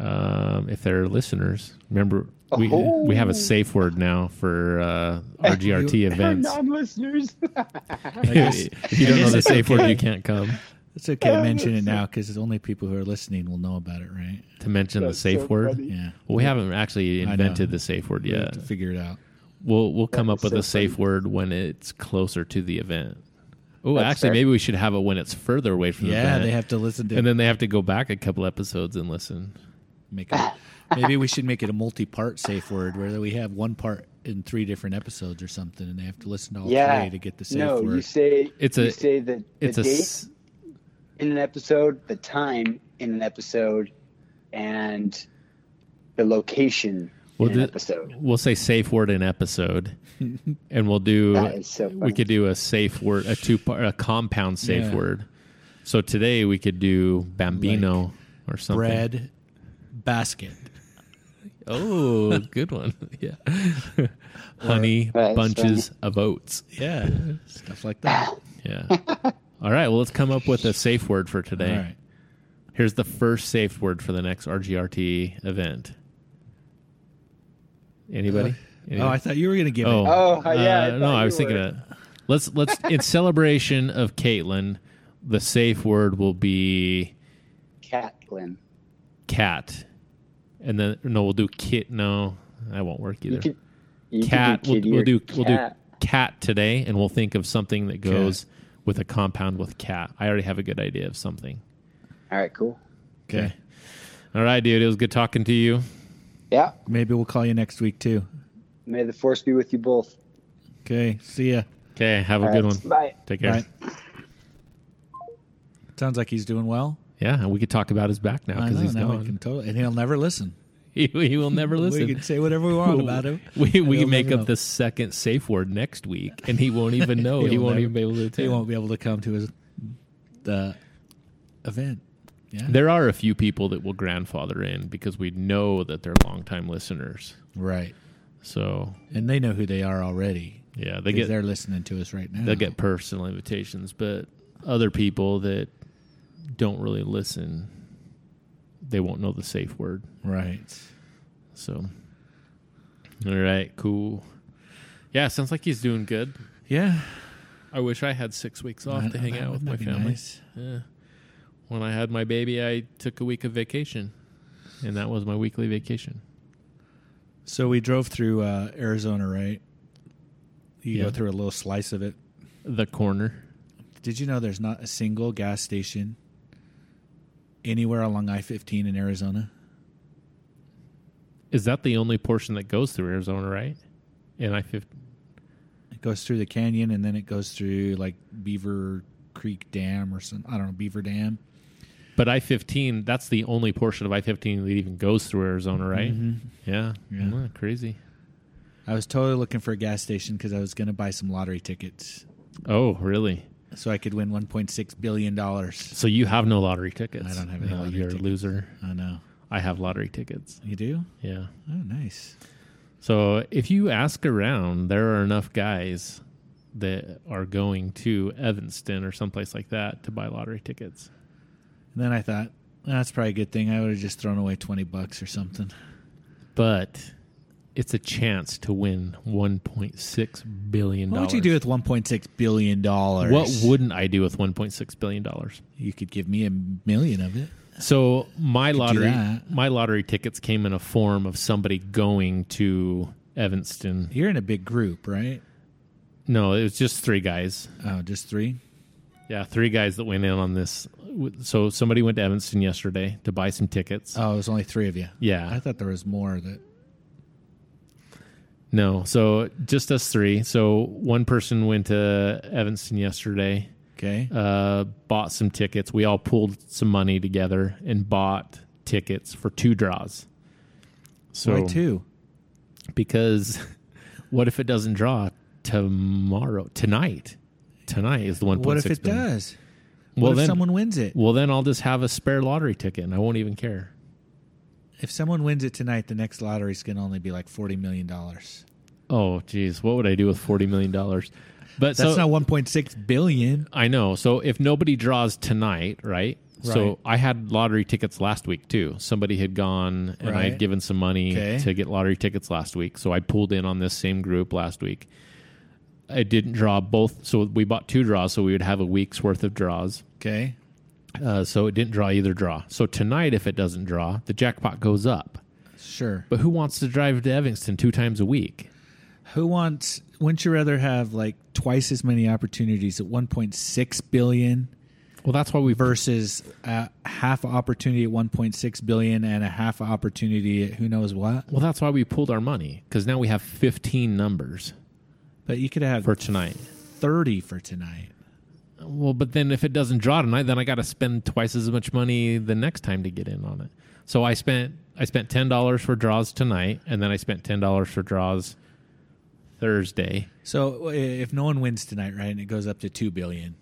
[SPEAKER 3] um, if they're listeners. Remember, we we
[SPEAKER 4] Oh.
[SPEAKER 3] have a safe word now for uh, RGRT events.
[SPEAKER 4] non-listeners.
[SPEAKER 3] if you don't know the safe word, you can't come
[SPEAKER 2] It's okay to mention it now because only people who are listening will know about it, right?
[SPEAKER 3] to mention the
[SPEAKER 4] That's
[SPEAKER 3] safe
[SPEAKER 4] so
[SPEAKER 3] word.
[SPEAKER 4] funny.
[SPEAKER 2] Yeah.
[SPEAKER 3] Well, we haven't actually
[SPEAKER 2] know.
[SPEAKER 3] invented the safe word
[SPEAKER 2] We have
[SPEAKER 3] yet.
[SPEAKER 2] to figure it out.
[SPEAKER 3] We'll we'll come up
[SPEAKER 4] is
[SPEAKER 3] with
[SPEAKER 4] so
[SPEAKER 3] a safe word when it's closer to the event. Oh,
[SPEAKER 4] That's
[SPEAKER 3] actually,
[SPEAKER 4] fair.
[SPEAKER 3] maybe we should have it when it's further away from the
[SPEAKER 2] Yeah,
[SPEAKER 3] event.
[SPEAKER 2] they have to listen to
[SPEAKER 3] and then they have to go back a couple episodes and listen.
[SPEAKER 2] make a, maybe we should make it a multi-part safe word where we have one part in three different episodes or something, and they have to listen to all
[SPEAKER 4] yeah.
[SPEAKER 2] three to get the safe
[SPEAKER 4] no,
[SPEAKER 2] word.
[SPEAKER 4] you say
[SPEAKER 3] It's
[SPEAKER 4] you
[SPEAKER 3] a-
[SPEAKER 4] say the, the
[SPEAKER 3] It's a
[SPEAKER 4] date
[SPEAKER 3] s-
[SPEAKER 4] in an episode, the time in an episode, and the location
[SPEAKER 3] Well,
[SPEAKER 4] in an
[SPEAKER 3] the-
[SPEAKER 4] episode.
[SPEAKER 3] we'll say safe word in episode, and we'll do
[SPEAKER 4] That is so funny.
[SPEAKER 3] we could do a safe word a two part a compound safe
[SPEAKER 2] Yeah.
[SPEAKER 3] word. So today we could do bambino or something.
[SPEAKER 2] Bread basket,
[SPEAKER 3] Oh, good one. Yeah. Honey
[SPEAKER 4] That's
[SPEAKER 3] bunches of oats.
[SPEAKER 2] yeah, stuff like that.
[SPEAKER 3] Yeah. All right. Well, let's come up with a safe word for today.
[SPEAKER 2] All right,
[SPEAKER 3] Here's the first safe word for the next RGRT event. Anybody? Anybody?
[SPEAKER 2] Oh, I thought you were gonna give
[SPEAKER 3] Oh,
[SPEAKER 2] it.
[SPEAKER 4] Oh,
[SPEAKER 3] uh,
[SPEAKER 4] yeah, I
[SPEAKER 3] no,
[SPEAKER 4] thought
[SPEAKER 3] I
[SPEAKER 4] you
[SPEAKER 3] was thinking
[SPEAKER 4] were.
[SPEAKER 3] that. Let's let's in celebration of Caitlin, the safe word will be
[SPEAKER 4] Catlin.
[SPEAKER 3] cat, and then no, we'll do kit. No, that won't work either.
[SPEAKER 4] You could you could
[SPEAKER 3] cat.
[SPEAKER 4] do kitty
[SPEAKER 3] we'll, we'll
[SPEAKER 4] or
[SPEAKER 3] do we'll do
[SPEAKER 4] cat.
[SPEAKER 3] cat today, and we'll think of something that goes with a compound with cat. I already have a good idea of something.
[SPEAKER 4] All right, cool.
[SPEAKER 2] Okay,
[SPEAKER 3] All right, dude. It was good talking to you.
[SPEAKER 4] Yeah.
[SPEAKER 2] maybe we'll call you next week too.
[SPEAKER 4] May the force be with you both.
[SPEAKER 2] Okay, see ya.
[SPEAKER 3] Okay, have a
[SPEAKER 4] All
[SPEAKER 3] good
[SPEAKER 4] right,
[SPEAKER 3] one.
[SPEAKER 4] Bye.
[SPEAKER 3] Take care.
[SPEAKER 2] Bye. Sounds like he's doing well.
[SPEAKER 3] Yeah, and we could talk about his back now
[SPEAKER 2] I
[SPEAKER 3] because
[SPEAKER 2] know,
[SPEAKER 3] Oh, he's
[SPEAKER 2] now we
[SPEAKER 3] gone.
[SPEAKER 2] can totally, and he'll never listen.
[SPEAKER 3] He, he will never listen.
[SPEAKER 2] We can say whatever we want about him.
[SPEAKER 3] We
[SPEAKER 2] and
[SPEAKER 3] we
[SPEAKER 2] he'll
[SPEAKER 3] can make
[SPEAKER 2] never
[SPEAKER 3] up
[SPEAKER 2] know.
[SPEAKER 3] the second safe word next week, and he won't even know. he
[SPEAKER 2] He'll
[SPEAKER 3] won't
[SPEAKER 2] never-
[SPEAKER 3] even be able to
[SPEAKER 2] He
[SPEAKER 3] attend.
[SPEAKER 2] won't be able to come to his the event. Yeah,
[SPEAKER 3] There are a few people that will grandfather in because we know that they're longtime listeners.
[SPEAKER 2] right.
[SPEAKER 3] So
[SPEAKER 2] And they know who they are already.
[SPEAKER 3] yeah, they
[SPEAKER 2] 'cause
[SPEAKER 3] get
[SPEAKER 2] they're listening to us right now.
[SPEAKER 3] they'll get personal invitations, but other people that don't really listen, they won't know the safe word.
[SPEAKER 2] right.
[SPEAKER 3] So, all right, cool. Yeah, sounds like he's doing good.
[SPEAKER 2] Yeah,
[SPEAKER 3] I wish I had six weeks off
[SPEAKER 2] That-
[SPEAKER 3] to hang
[SPEAKER 2] that
[SPEAKER 3] out with
[SPEAKER 2] would-
[SPEAKER 3] my
[SPEAKER 2] that'd be
[SPEAKER 3] family.
[SPEAKER 2] nice.
[SPEAKER 3] Yeah. When I had my baby, I took a week of vacation, and that was my weekly vacation.
[SPEAKER 2] So we drove through uh, Arizona, right? You
[SPEAKER 3] Yeah.
[SPEAKER 2] go through a little slice of it.
[SPEAKER 3] The corner.
[SPEAKER 2] Did you know there's not a single gas station anywhere along I-15 in Arizona?
[SPEAKER 3] Is that the only portion that goes through Arizona, right? And I fif-
[SPEAKER 2] It goes through the canyon and then it goes through like Beaver Creek Dam or some I don't know Beaver Dam.
[SPEAKER 3] but I fifteen. That's the only portion of I fifteen that even goes through Arizona, right? Yeah.
[SPEAKER 2] Mm-hmm. Yeah.
[SPEAKER 3] Mm, crazy.
[SPEAKER 2] I was totally looking for a gas station because I was going to buy some lottery tickets
[SPEAKER 3] Oh, really?
[SPEAKER 2] so I could win 1.6 billion dollars.
[SPEAKER 3] So you have no lottery tickets?
[SPEAKER 2] I don't have any
[SPEAKER 3] no,
[SPEAKER 2] lottery
[SPEAKER 3] You're
[SPEAKER 2] tickets.
[SPEAKER 3] a loser.
[SPEAKER 2] I know.
[SPEAKER 3] I have lottery tickets.
[SPEAKER 2] You do?
[SPEAKER 3] Yeah.
[SPEAKER 2] Oh, nice.
[SPEAKER 3] So if you ask around, there are enough guys that are going to Evanston or someplace like that to buy lottery tickets.
[SPEAKER 2] And then I thought that's probably a good thing. I would have just thrown away 20 bucks or something.
[SPEAKER 3] But it's a chance to win one point six billion
[SPEAKER 2] What
[SPEAKER 3] dollars.
[SPEAKER 2] would you do with 1.6 billion dollars?
[SPEAKER 3] What wouldn't I do with one point six billion dollars?
[SPEAKER 2] you could give me a million of it?
[SPEAKER 3] So my lottery
[SPEAKER 2] that.
[SPEAKER 3] my lottery tickets came in a form of somebody going to Evanston.
[SPEAKER 2] You're in a big group, right?
[SPEAKER 3] No, it was just three guys.
[SPEAKER 2] Oh, just three.
[SPEAKER 3] Yeah, three guys that went in on this. So somebody went to Evanston yesterday to buy some tickets.
[SPEAKER 2] Oh, it was only three of you.
[SPEAKER 3] yeah,
[SPEAKER 2] I thought there was more that
[SPEAKER 3] No, so just us three. So one person went to Evanston yesterday,
[SPEAKER 2] okay.
[SPEAKER 3] uh, bought some tickets. We all pooled some money together and bought tickets for two draws. So
[SPEAKER 2] Why two?
[SPEAKER 3] Because what if it doesn't draw tomorrow? Tonight, tonight is the one.
[SPEAKER 2] What if it does?
[SPEAKER 3] Well
[SPEAKER 2] what if
[SPEAKER 3] then,
[SPEAKER 2] someone wins it?
[SPEAKER 3] well then I'll just have a spare lottery ticket and I won't even care.
[SPEAKER 2] If someone wins it tonight, the next lottery's going to only be like $40 million. That's
[SPEAKER 3] Oh, geez, what would I do with forty million dollars? But so,
[SPEAKER 2] not 1.6 billion.
[SPEAKER 3] I know. So if nobody draws tonight, right?
[SPEAKER 2] Right.
[SPEAKER 3] So I had lottery tickets last week too. Somebody had gone and I
[SPEAKER 2] Right.
[SPEAKER 3] had given some money
[SPEAKER 2] Okay.
[SPEAKER 3] to get lottery tickets last week. So I pulled in on this same group last week. I didn't draw both. So we bought two draws. So we would have a week's worth of draws.
[SPEAKER 2] Okay.
[SPEAKER 3] Uh, so it didn't draw either draw. So tonight, if it doesn't draw, the jackpot goes up.
[SPEAKER 2] Sure.
[SPEAKER 3] But who wants to drive to Evanston two times a week?
[SPEAKER 2] Who wants? Wouldn't you rather have like twice as many opportunities at 1.6 billion
[SPEAKER 3] Well, that's why we
[SPEAKER 2] versus a half opportunity at 1.6 billion and a half opportunity at who knows what?
[SPEAKER 3] well that's why we pulled our money because now we have 15 numbers
[SPEAKER 2] But you could have
[SPEAKER 3] for tonight.
[SPEAKER 2] 30 for tonight.
[SPEAKER 3] Well, but then if it doesn't draw tonight, then I got to spend twice as much money the next time to get in on it. So I spent I spent ten dollars for draws tonight, and then I spent ten dollars for draws Thursday.
[SPEAKER 2] So i- if no one wins tonight, right, and it goes up to 2 billion,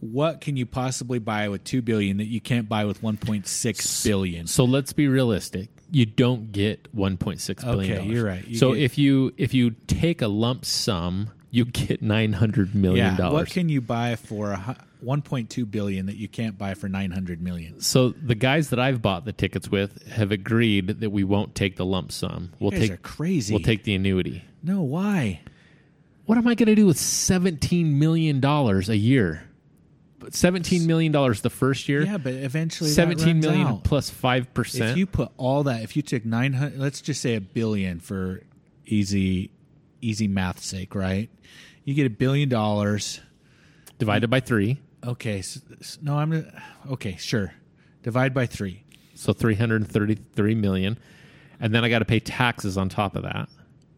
[SPEAKER 2] what can you possibly buy with 2 billion that you can't buy with 1.6 billion?
[SPEAKER 3] So let's be realistic. You don't get one point six billion.
[SPEAKER 2] Okay, you're right. You
[SPEAKER 3] so
[SPEAKER 2] get-
[SPEAKER 3] if you if you take a lump sum, you get nine hundred million
[SPEAKER 2] Yeah,
[SPEAKER 3] dollars.
[SPEAKER 2] what can you buy for a hu- 1.2 billion that you can't buy for 900 million?
[SPEAKER 3] so the guys that I've bought the tickets with have agreed that we won't take the lump sum. We'll
[SPEAKER 2] You guys
[SPEAKER 3] take
[SPEAKER 2] are crazy.
[SPEAKER 3] we'll take the annuity.
[SPEAKER 2] No, why?
[SPEAKER 3] what am I going to do with seventeen million dollars a year? But Seventeen million dollars the first year.
[SPEAKER 2] Yeah, but eventually that
[SPEAKER 3] seventeen
[SPEAKER 2] runs
[SPEAKER 3] million
[SPEAKER 2] out.
[SPEAKER 3] plus five
[SPEAKER 2] If
[SPEAKER 3] percent.
[SPEAKER 2] you put all that, if you took 900, let's just say a billion for easy easy math sake, right? You get a billion dollars.
[SPEAKER 3] divided by three,
[SPEAKER 2] Okay, s s- no, I'm okay, sure. Divide by 3.
[SPEAKER 3] so three hundred thirty-three million, and then I got to pay taxes on top of that.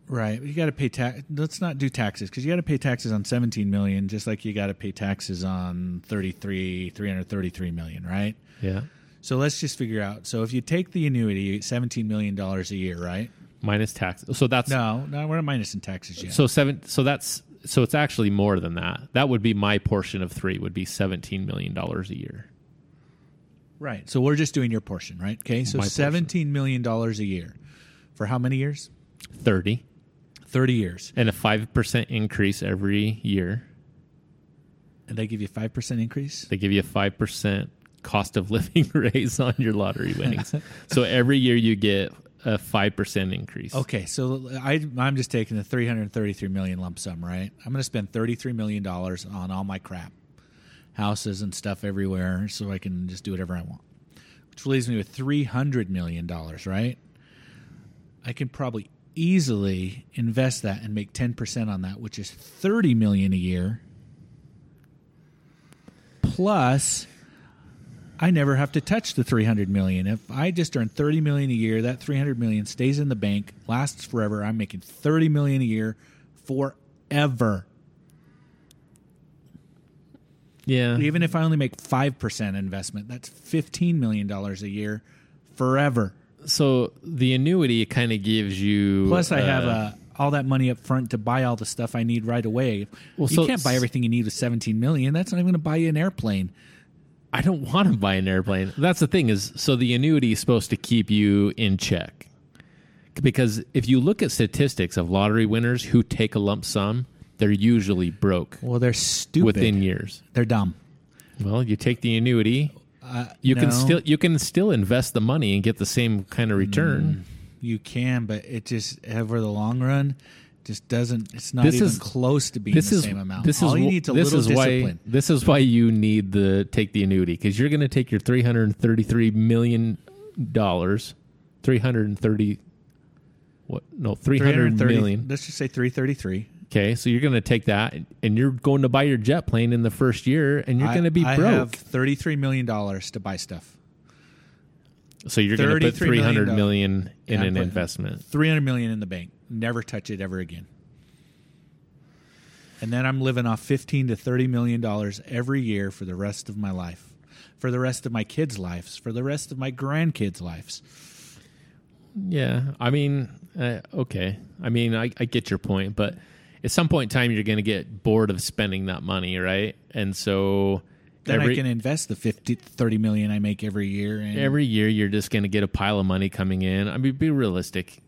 [SPEAKER 2] Right. You got to pay tax. Let's not do taxes because you got to pay taxes on 17 million, just like you got to pay taxes on 33, 333 million, right?
[SPEAKER 3] Yeah,
[SPEAKER 2] So let's just figure out. So if you take the annuity, you get 17 million dollars a year, right?
[SPEAKER 3] minus tax. So that's
[SPEAKER 2] No, no, we're not minusing taxes yet.
[SPEAKER 3] so seven. So that's so it's actually more than that. That would be my portion of three. Would be seventeen million dollars a year.
[SPEAKER 2] right. So we're just doing your portion, right? Okay. So
[SPEAKER 3] My portion.
[SPEAKER 2] 17 million dollars a year for how many years?
[SPEAKER 3] Thirty
[SPEAKER 2] 30 years.
[SPEAKER 3] and a five percent increase every year.
[SPEAKER 2] And they give you 5% increase?
[SPEAKER 3] They give you a 5% cost of living raise on your lottery winnings. so every year you get a 5% increase.
[SPEAKER 2] Okay, so I, I'm just taking the 333 million lump sum, right? I'm going to spend 33 million dollars on all my crap, houses and stuff everywhere, so I can just do whatever I want. Which leaves me with 300 million dollars, right? I can probably easily invest that and make 10 percent on that, which is 30 million a year. Plus, I never have to touch the 300 million. If I just earn 30 million a year, that 300 million stays in the bank, lasts forever. I'm making 30 million a year forever.
[SPEAKER 3] Yeah.
[SPEAKER 2] Even if I only make 5% investment, that's 15 million dollars a year forever.
[SPEAKER 3] So the annuity kind of gives you.
[SPEAKER 2] Plus I have
[SPEAKER 3] uh,
[SPEAKER 2] uh, all that money up front to buy all the stuff I need right away.
[SPEAKER 3] Well,
[SPEAKER 2] you
[SPEAKER 3] so-
[SPEAKER 2] can't buy everything you need with 17 million. That's not even going to buy you an airplane.
[SPEAKER 3] I don't want to buy an airplane. That's the thing is, so the annuity is supposed to keep you in check. Because if you look at statistics of lottery winners who take a lump sum, they're usually broke
[SPEAKER 2] Well, they're stupid.
[SPEAKER 3] within years.
[SPEAKER 2] they're dumb.
[SPEAKER 3] Well, you take the annuity. you can
[SPEAKER 2] Uh, no.
[SPEAKER 3] still you can still invest the money and get the same kind of
[SPEAKER 2] Mm.
[SPEAKER 3] return.
[SPEAKER 2] You can, but it just over the long run just doesn't. It's not
[SPEAKER 3] This
[SPEAKER 2] even
[SPEAKER 3] is-
[SPEAKER 2] close to being
[SPEAKER 3] This
[SPEAKER 2] the
[SPEAKER 3] is
[SPEAKER 2] same amount.
[SPEAKER 3] this
[SPEAKER 2] all
[SPEAKER 3] is
[SPEAKER 2] you
[SPEAKER 3] wh-
[SPEAKER 2] need is a
[SPEAKER 3] this
[SPEAKER 2] little
[SPEAKER 3] is
[SPEAKER 2] discipline.
[SPEAKER 3] why this is why you need the take the annuity because you're going to take your three hundred thirty three million dollars, three hundred thirty. What no three hundred
[SPEAKER 2] 330
[SPEAKER 3] million.
[SPEAKER 2] Let's just say three thirty-three.
[SPEAKER 3] Okay, so you're going to take that and you're going to buy your jet plane in the first year, and you're going to be
[SPEAKER 2] I
[SPEAKER 3] broke.
[SPEAKER 2] have thirty-three million dollars to buy stuff.
[SPEAKER 3] so you're going to put
[SPEAKER 2] $33
[SPEAKER 3] three
[SPEAKER 2] million
[SPEAKER 3] hundred million in
[SPEAKER 2] Yeah,
[SPEAKER 3] an
[SPEAKER 2] but-
[SPEAKER 3] investment.
[SPEAKER 2] Three hundred million in the bank. Never touch it ever again. And then I'm living off fifteen to thirty million dollars every year for the rest of my life, for the rest of my kids' lives, for the rest of my grandkids' lives.
[SPEAKER 3] Yeah, I mean, uh, okay. I mean, I, I get your point, but at some point in time, you're going to get bored of spending that money, right? And so
[SPEAKER 2] Then
[SPEAKER 3] every
[SPEAKER 2] I can invest the 50, 30 million I make every year. And
[SPEAKER 3] every year, you're just going to get a pile of money coming in. I mean, be realistic.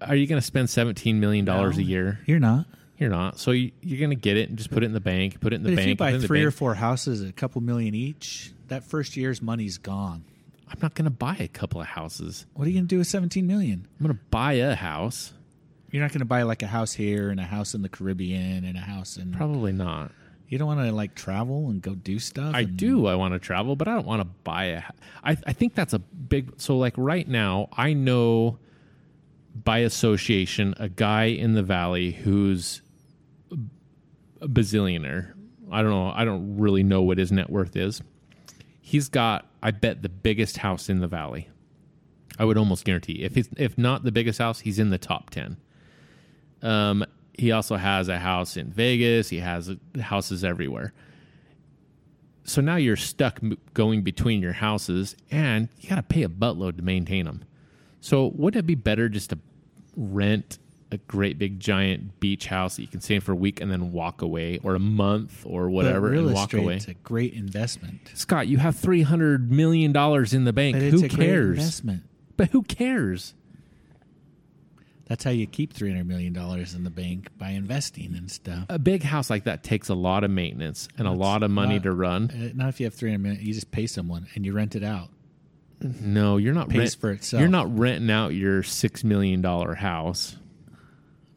[SPEAKER 3] Are you going to spend seventeen million dollars a year?
[SPEAKER 2] You're not.
[SPEAKER 3] You're not. So you, you're going to get it and just put it in the bank. Put it in the
[SPEAKER 2] But
[SPEAKER 3] bank.
[SPEAKER 2] if you
[SPEAKER 3] put it
[SPEAKER 2] buy
[SPEAKER 3] in the
[SPEAKER 2] three or
[SPEAKER 3] bank.
[SPEAKER 2] four houses, a couple million each, that first year's money's gone.
[SPEAKER 3] I'm not going to buy a couple of houses.
[SPEAKER 2] What are you going to do with 17 million?
[SPEAKER 3] I'm going to buy a house.
[SPEAKER 2] You're not going to buy like a house here and a house in the Caribbean and a house in.
[SPEAKER 3] Probably not.
[SPEAKER 2] You don't want to like travel and go do stuff.
[SPEAKER 3] I
[SPEAKER 2] and-
[SPEAKER 3] do. I want to travel, but I don't want to buy a. ho- I I think that's a big. So like right now, I know by association a guy in the valley who's a bazillionaire. I don't know. I don't really know what his net worth is. He's got, I bet, the biggest house in the valley. I would almost guarantee. If he's, if not the biggest house, he's in the top ten. Um, he also has a house in Vegas. He has houses everywhere so now you're stuck m- going between your houses and you got to pay a buttload to maintain them. So would it be better just to rent a great big giant beach house that you can stay in for a week and then walk away or a month or
[SPEAKER 2] But
[SPEAKER 3] whatever
[SPEAKER 2] real
[SPEAKER 3] and walk
[SPEAKER 2] estate's
[SPEAKER 3] away?
[SPEAKER 2] a great investment.
[SPEAKER 3] Scott, you have 300 million dollars in the bank.
[SPEAKER 2] But it's
[SPEAKER 3] Who
[SPEAKER 2] a great
[SPEAKER 3] cares?
[SPEAKER 2] investment.
[SPEAKER 3] But who cares?
[SPEAKER 2] That's how you keep three hundred million dollars in the bank by investing and stuff. Uh,
[SPEAKER 3] A big house like that takes a lot of maintenance and a lot of money
[SPEAKER 2] not-
[SPEAKER 3] to run.
[SPEAKER 2] Uh, not if you have three hundred million. You just pay someone and you rent it out.
[SPEAKER 3] No, you're not
[SPEAKER 2] Pays
[SPEAKER 3] rent-
[SPEAKER 2] for itself.
[SPEAKER 3] You're not renting out your 6 million dollar house.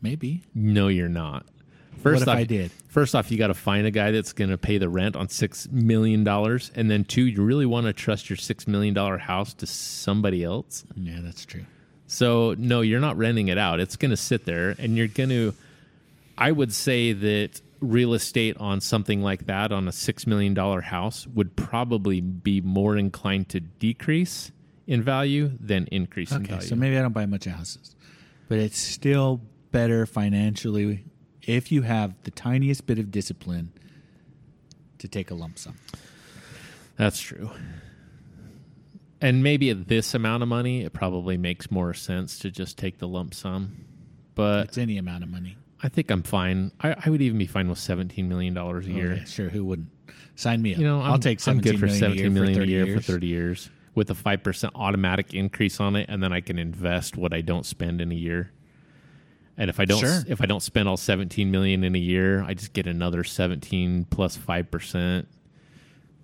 [SPEAKER 2] Maybe
[SPEAKER 3] No, you're not.
[SPEAKER 2] What
[SPEAKER 3] First
[SPEAKER 2] if
[SPEAKER 3] off,
[SPEAKER 2] I did?
[SPEAKER 3] First off, you got to find a guy that's going to pay the rent on six million dollars, and then two, you really want to trust your six million dollar house to somebody else.
[SPEAKER 2] Yeah, that's true.
[SPEAKER 3] So no, you're not renting it out. It's going to sit there, and you're going to. I would say that real estate on something like that, on a six million dollar house, would probably be more inclined to decrease in value than increase in
[SPEAKER 2] Okay,
[SPEAKER 3] value.
[SPEAKER 2] so maybe I don't buy much of houses, but it's still better financially if you have the tiniest bit of discipline to take a lump sum.
[SPEAKER 3] That's true. And maybe at this amount of money, it probably makes more sense to just take the lump sum. But
[SPEAKER 2] It's any amount of money.
[SPEAKER 3] I think I'm fine. I, I would even be fine with seventeen million dollars a year.
[SPEAKER 2] Okay, sure, who wouldn't? Sign me up.
[SPEAKER 3] You know, I'm,
[SPEAKER 2] I'll take
[SPEAKER 3] I'm
[SPEAKER 2] seventeen
[SPEAKER 3] good for
[SPEAKER 2] million
[SPEAKER 3] seventeen million a year for
[SPEAKER 2] years.
[SPEAKER 3] thirty years with a five percent automatic increase on it, and then I can invest what I don't spend in a year. And if I don't
[SPEAKER 2] Sure.
[SPEAKER 3] if I don't spend all seventeen million in a year, I just get another seventeen plus five percent.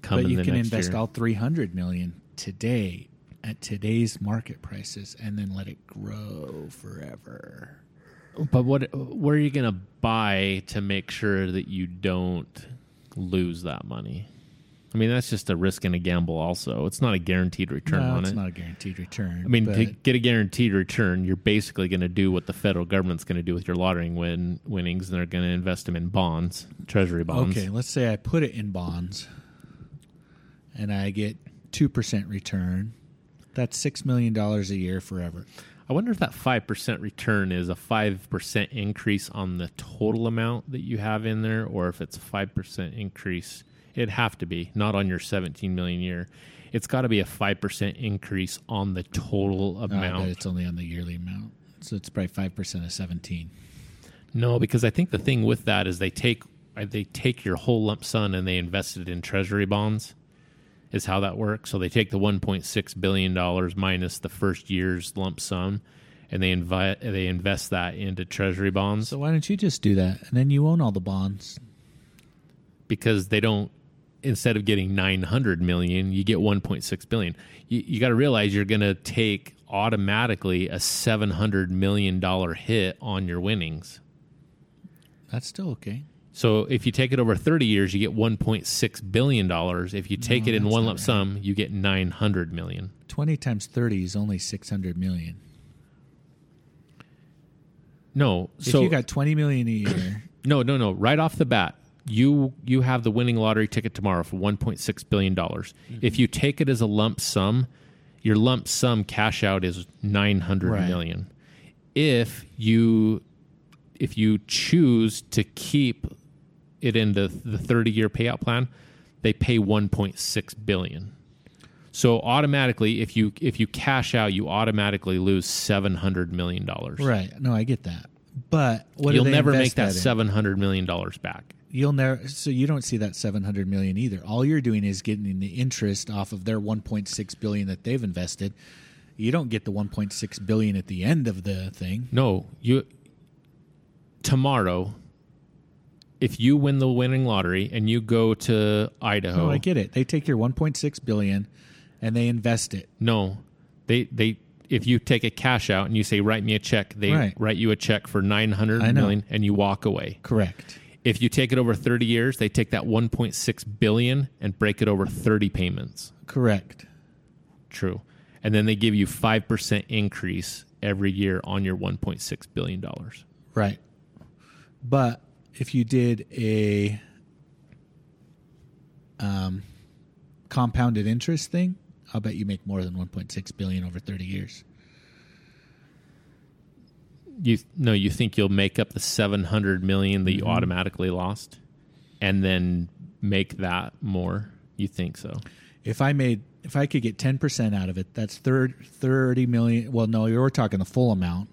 [SPEAKER 3] Coming
[SPEAKER 2] But you
[SPEAKER 3] the
[SPEAKER 2] can
[SPEAKER 3] next
[SPEAKER 2] invest
[SPEAKER 3] year.
[SPEAKER 2] all three hundred million today at today's market prices, and then let it grow forever.
[SPEAKER 3] But what what are you going to buy to make sure that you don't lose that money? I mean, that's just a risk and a gamble. Also, it's not a guaranteed return
[SPEAKER 2] No,
[SPEAKER 3] on
[SPEAKER 2] it's
[SPEAKER 3] it.
[SPEAKER 2] not a guaranteed return.
[SPEAKER 3] I mean,
[SPEAKER 2] but
[SPEAKER 3] to get a guaranteed return, you're basically going to do what the federal government's going to do with your lottery win winnings, and they're going to invest them in bonds, treasury bonds.
[SPEAKER 2] Okay, let's say I put it in bonds and I get 2% return. That's $6 million a year forever.
[SPEAKER 3] I wonder if that five percent return is a five percent increase on the total amount that you have in there, or if it's a five percent increase. It'd have to be not on your seventeen million year. It's got to be a five percent increase on the total
[SPEAKER 2] No, Ah, I bet
[SPEAKER 3] amount.
[SPEAKER 2] it's only on the yearly amount. So it's probably 5% of 17.
[SPEAKER 3] no, because I think the thing with that is they take uh, they take your whole lump sum and they invest it in treasury bonds. Is how that works. So they take the one point six billion dollars minus the first year's lump sum, and they invite they invest that into treasury bonds.
[SPEAKER 2] So why don't you just do that? And then you own all the bonds.
[SPEAKER 3] because they don't instead of getting 900 million you get 1.6 billion you, you got to realize you're going to take automatically a 700 million dollar hit on your winnings
[SPEAKER 2] That's still okay.
[SPEAKER 3] so if you take it over 30 years you get 1.6 billion dollars if you take
[SPEAKER 2] Mm,
[SPEAKER 3] it in one lump sum you get 900 million
[SPEAKER 2] 20 times 30 is only 600 million.
[SPEAKER 3] no
[SPEAKER 2] If
[SPEAKER 3] so
[SPEAKER 2] you got 20 million a year,
[SPEAKER 3] No, no, no. Right off the bat, you you have the winning lottery ticket tomorrow for one point six billion dollars.
[SPEAKER 2] Mm-hmm.
[SPEAKER 3] If you take it as a lump sum, your lump sum cash out is nine hundred million.
[SPEAKER 2] Right.
[SPEAKER 3] If you if you choose to keep it in the the thirty year payout plan, they pay one point six billion. So automatically, if you if you cash out, you automatically lose seven hundred million dollars.
[SPEAKER 2] right. No, I get that. But what do
[SPEAKER 3] You'll
[SPEAKER 2] they
[SPEAKER 3] never
[SPEAKER 2] invest
[SPEAKER 3] make that,
[SPEAKER 2] in?
[SPEAKER 3] seven hundred million dollars back.
[SPEAKER 2] you'll never so you don't see that 700 million either all you're doing is getting the interest off of their 1.6 billion that they've invested you don't get the 1.6 billion at the end of the thing
[SPEAKER 3] No, you tomorrow if you win the winning lottery and you go to Idaho,
[SPEAKER 2] No, I get it. They take your 1.6 billion and they invest it.
[SPEAKER 3] No, they they if you take a cash out and you say write me a check, they
[SPEAKER 2] Right.
[SPEAKER 3] write you a check for nine hundred
[SPEAKER 2] I know.
[SPEAKER 3] million and you walk away.
[SPEAKER 2] Correct.
[SPEAKER 3] If you take it over thirty years, they take that one point six billion and break it over thirty payments.
[SPEAKER 2] Correct.
[SPEAKER 3] True, and then they give you five percent increase every year on your one point six billion dollars.
[SPEAKER 2] Right. But if you did a um, compounded interest thing, I'll bet you make more than 1.6 billion over 30 years.
[SPEAKER 3] You no, you think you'll make up the seven hundred million that you
[SPEAKER 2] Mm-hmm.
[SPEAKER 3] automatically lost, and then make that more. You think so?
[SPEAKER 2] If I made if I could get 10% out of it, that's third 30 million. Well, no, you're talking the full amount.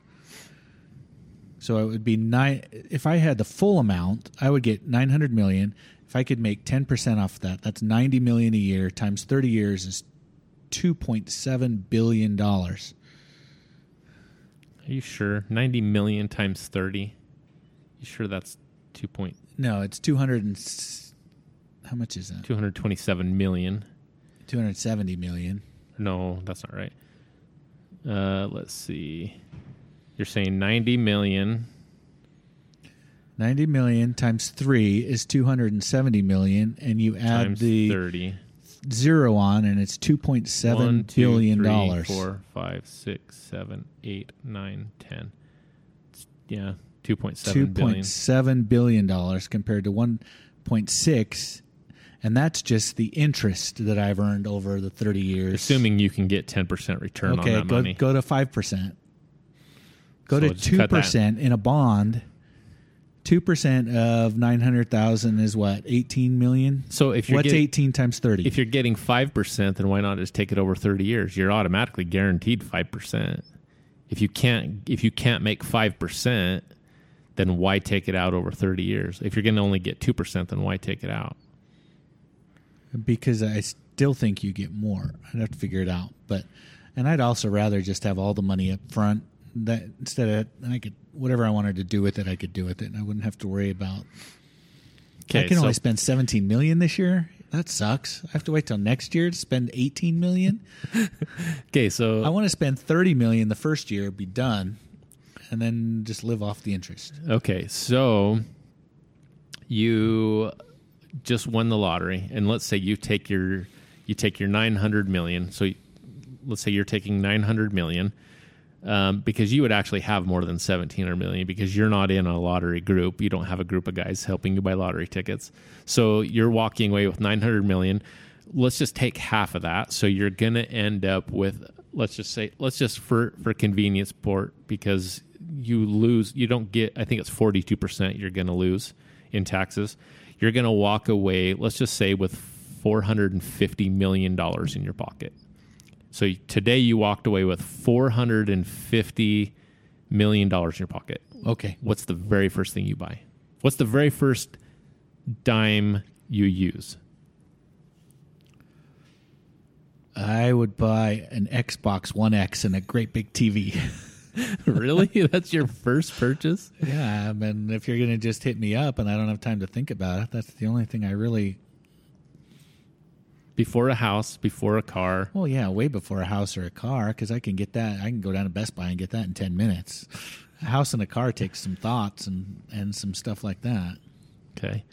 [SPEAKER 2] So it would be nine if I had the full amount, I would get 900 million. If I could make 10% off that, that's 90 million a year times 30 years is 2.7 billion dollars.
[SPEAKER 3] Are you sure? 90 million times 30. You sure that's 2. point-
[SPEAKER 2] No, it's 200 and s- how much is that?
[SPEAKER 3] 227 million?
[SPEAKER 2] 270 million.
[SPEAKER 3] No, that's not right. Uh, let's see. You're saying 90 million.
[SPEAKER 2] 90 million times 3 is 270 million and you add
[SPEAKER 3] times
[SPEAKER 2] the
[SPEAKER 3] 30.
[SPEAKER 2] zero on and it's 2.7
[SPEAKER 3] One,
[SPEAKER 2] billion
[SPEAKER 3] two, three,
[SPEAKER 2] dollars.
[SPEAKER 3] four, five, six, seven, eight, nine, 10. It's- Yeah, 2.7 billion.
[SPEAKER 2] 2.7 billion dollars compared to 1.6 and that's just the interest that I've earned over the 30 years.
[SPEAKER 3] Assuming you can get 10% return
[SPEAKER 2] okay,
[SPEAKER 3] on that
[SPEAKER 2] go,
[SPEAKER 3] money.
[SPEAKER 2] go to 5%.
[SPEAKER 3] So
[SPEAKER 2] Go to
[SPEAKER 3] just cut that.
[SPEAKER 2] 2% in a bond. 2% of 900,000 is what? 18 million?
[SPEAKER 3] So if you're
[SPEAKER 2] What's
[SPEAKER 3] getting-
[SPEAKER 2] 18 times 30?
[SPEAKER 3] if you're getting 5%, then why not just take it over 30 years? You're automatically guaranteed 5%. If you can't if you can't make 5%, then why take it out over 30 years? If you're going to only get 2%, then why take it out?
[SPEAKER 2] because I still think you get more. I'd have to figure it out, but and I'd also rather just have all the money up front. That instead of and I could whatever I wanted to do with it, I could do with it, and I wouldn't have to worry about. I can
[SPEAKER 3] so
[SPEAKER 2] only spend seventeen million this year. That sucks. I have to wait till next year to spend eighteen million.
[SPEAKER 3] Okay,
[SPEAKER 2] I
[SPEAKER 3] so
[SPEAKER 2] want to spend thirty million the first year, be done, and then just live off the interest.
[SPEAKER 3] okay, so you just won the lottery and let's say you take your you take your 900 million. So let's say you're taking 900 million. um, because you would actually have more than 1700 million because you're not in a lottery group. You don't have a group of guys helping you buy lottery tickets. So you're walking away with 900 million. Let's just take half of that. So you're going to end up with, let's just say, let's just for, for convenience port, because you lose, you don't get, I think it's 42% you're going to lose in taxes. You're going to walk away, let's just say, with $450 million in your pocket. So today you walked away with four hundred and fifty million dollars in your pocket.
[SPEAKER 2] Okay,
[SPEAKER 3] What's the very first thing you buy? What's the very first dime you use?
[SPEAKER 2] I would buy an Xbox One X and a great big TV.
[SPEAKER 3] really? That's your first purchase?
[SPEAKER 2] Yeah, I mean, if you're going to just hit me up and I don't have time to think about it, that's the only thing I really.
[SPEAKER 3] Before a house, before a car.
[SPEAKER 2] Well, yeah, way before a house or a car, because I can get that. I can go down to Best Buy and get that in 10 minutes. A house and a car takes some thoughts and, and some stuff like that.
[SPEAKER 3] Okay.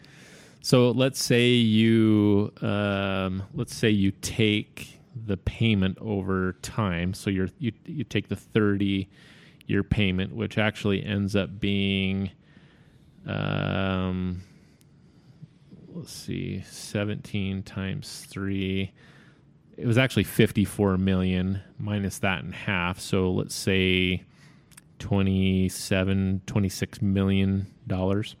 [SPEAKER 3] So let's say you um, let's say you take the payment over time. So you're you you take the thirty year payment, which actually ends up being um, let's see, seventeen times three. It was actually fifty four million minus that in half. So let's say 27 26 million dollars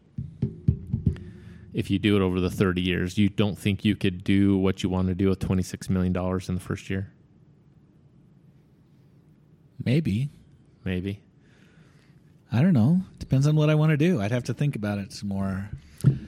[SPEAKER 3] if you do it over the 30 years, you don't think you could do what you want to do with $26 million in the first year?
[SPEAKER 2] Maybe.
[SPEAKER 3] Maybe.
[SPEAKER 2] I don't know. Depends on what I want to do. I'd have to think about it some more.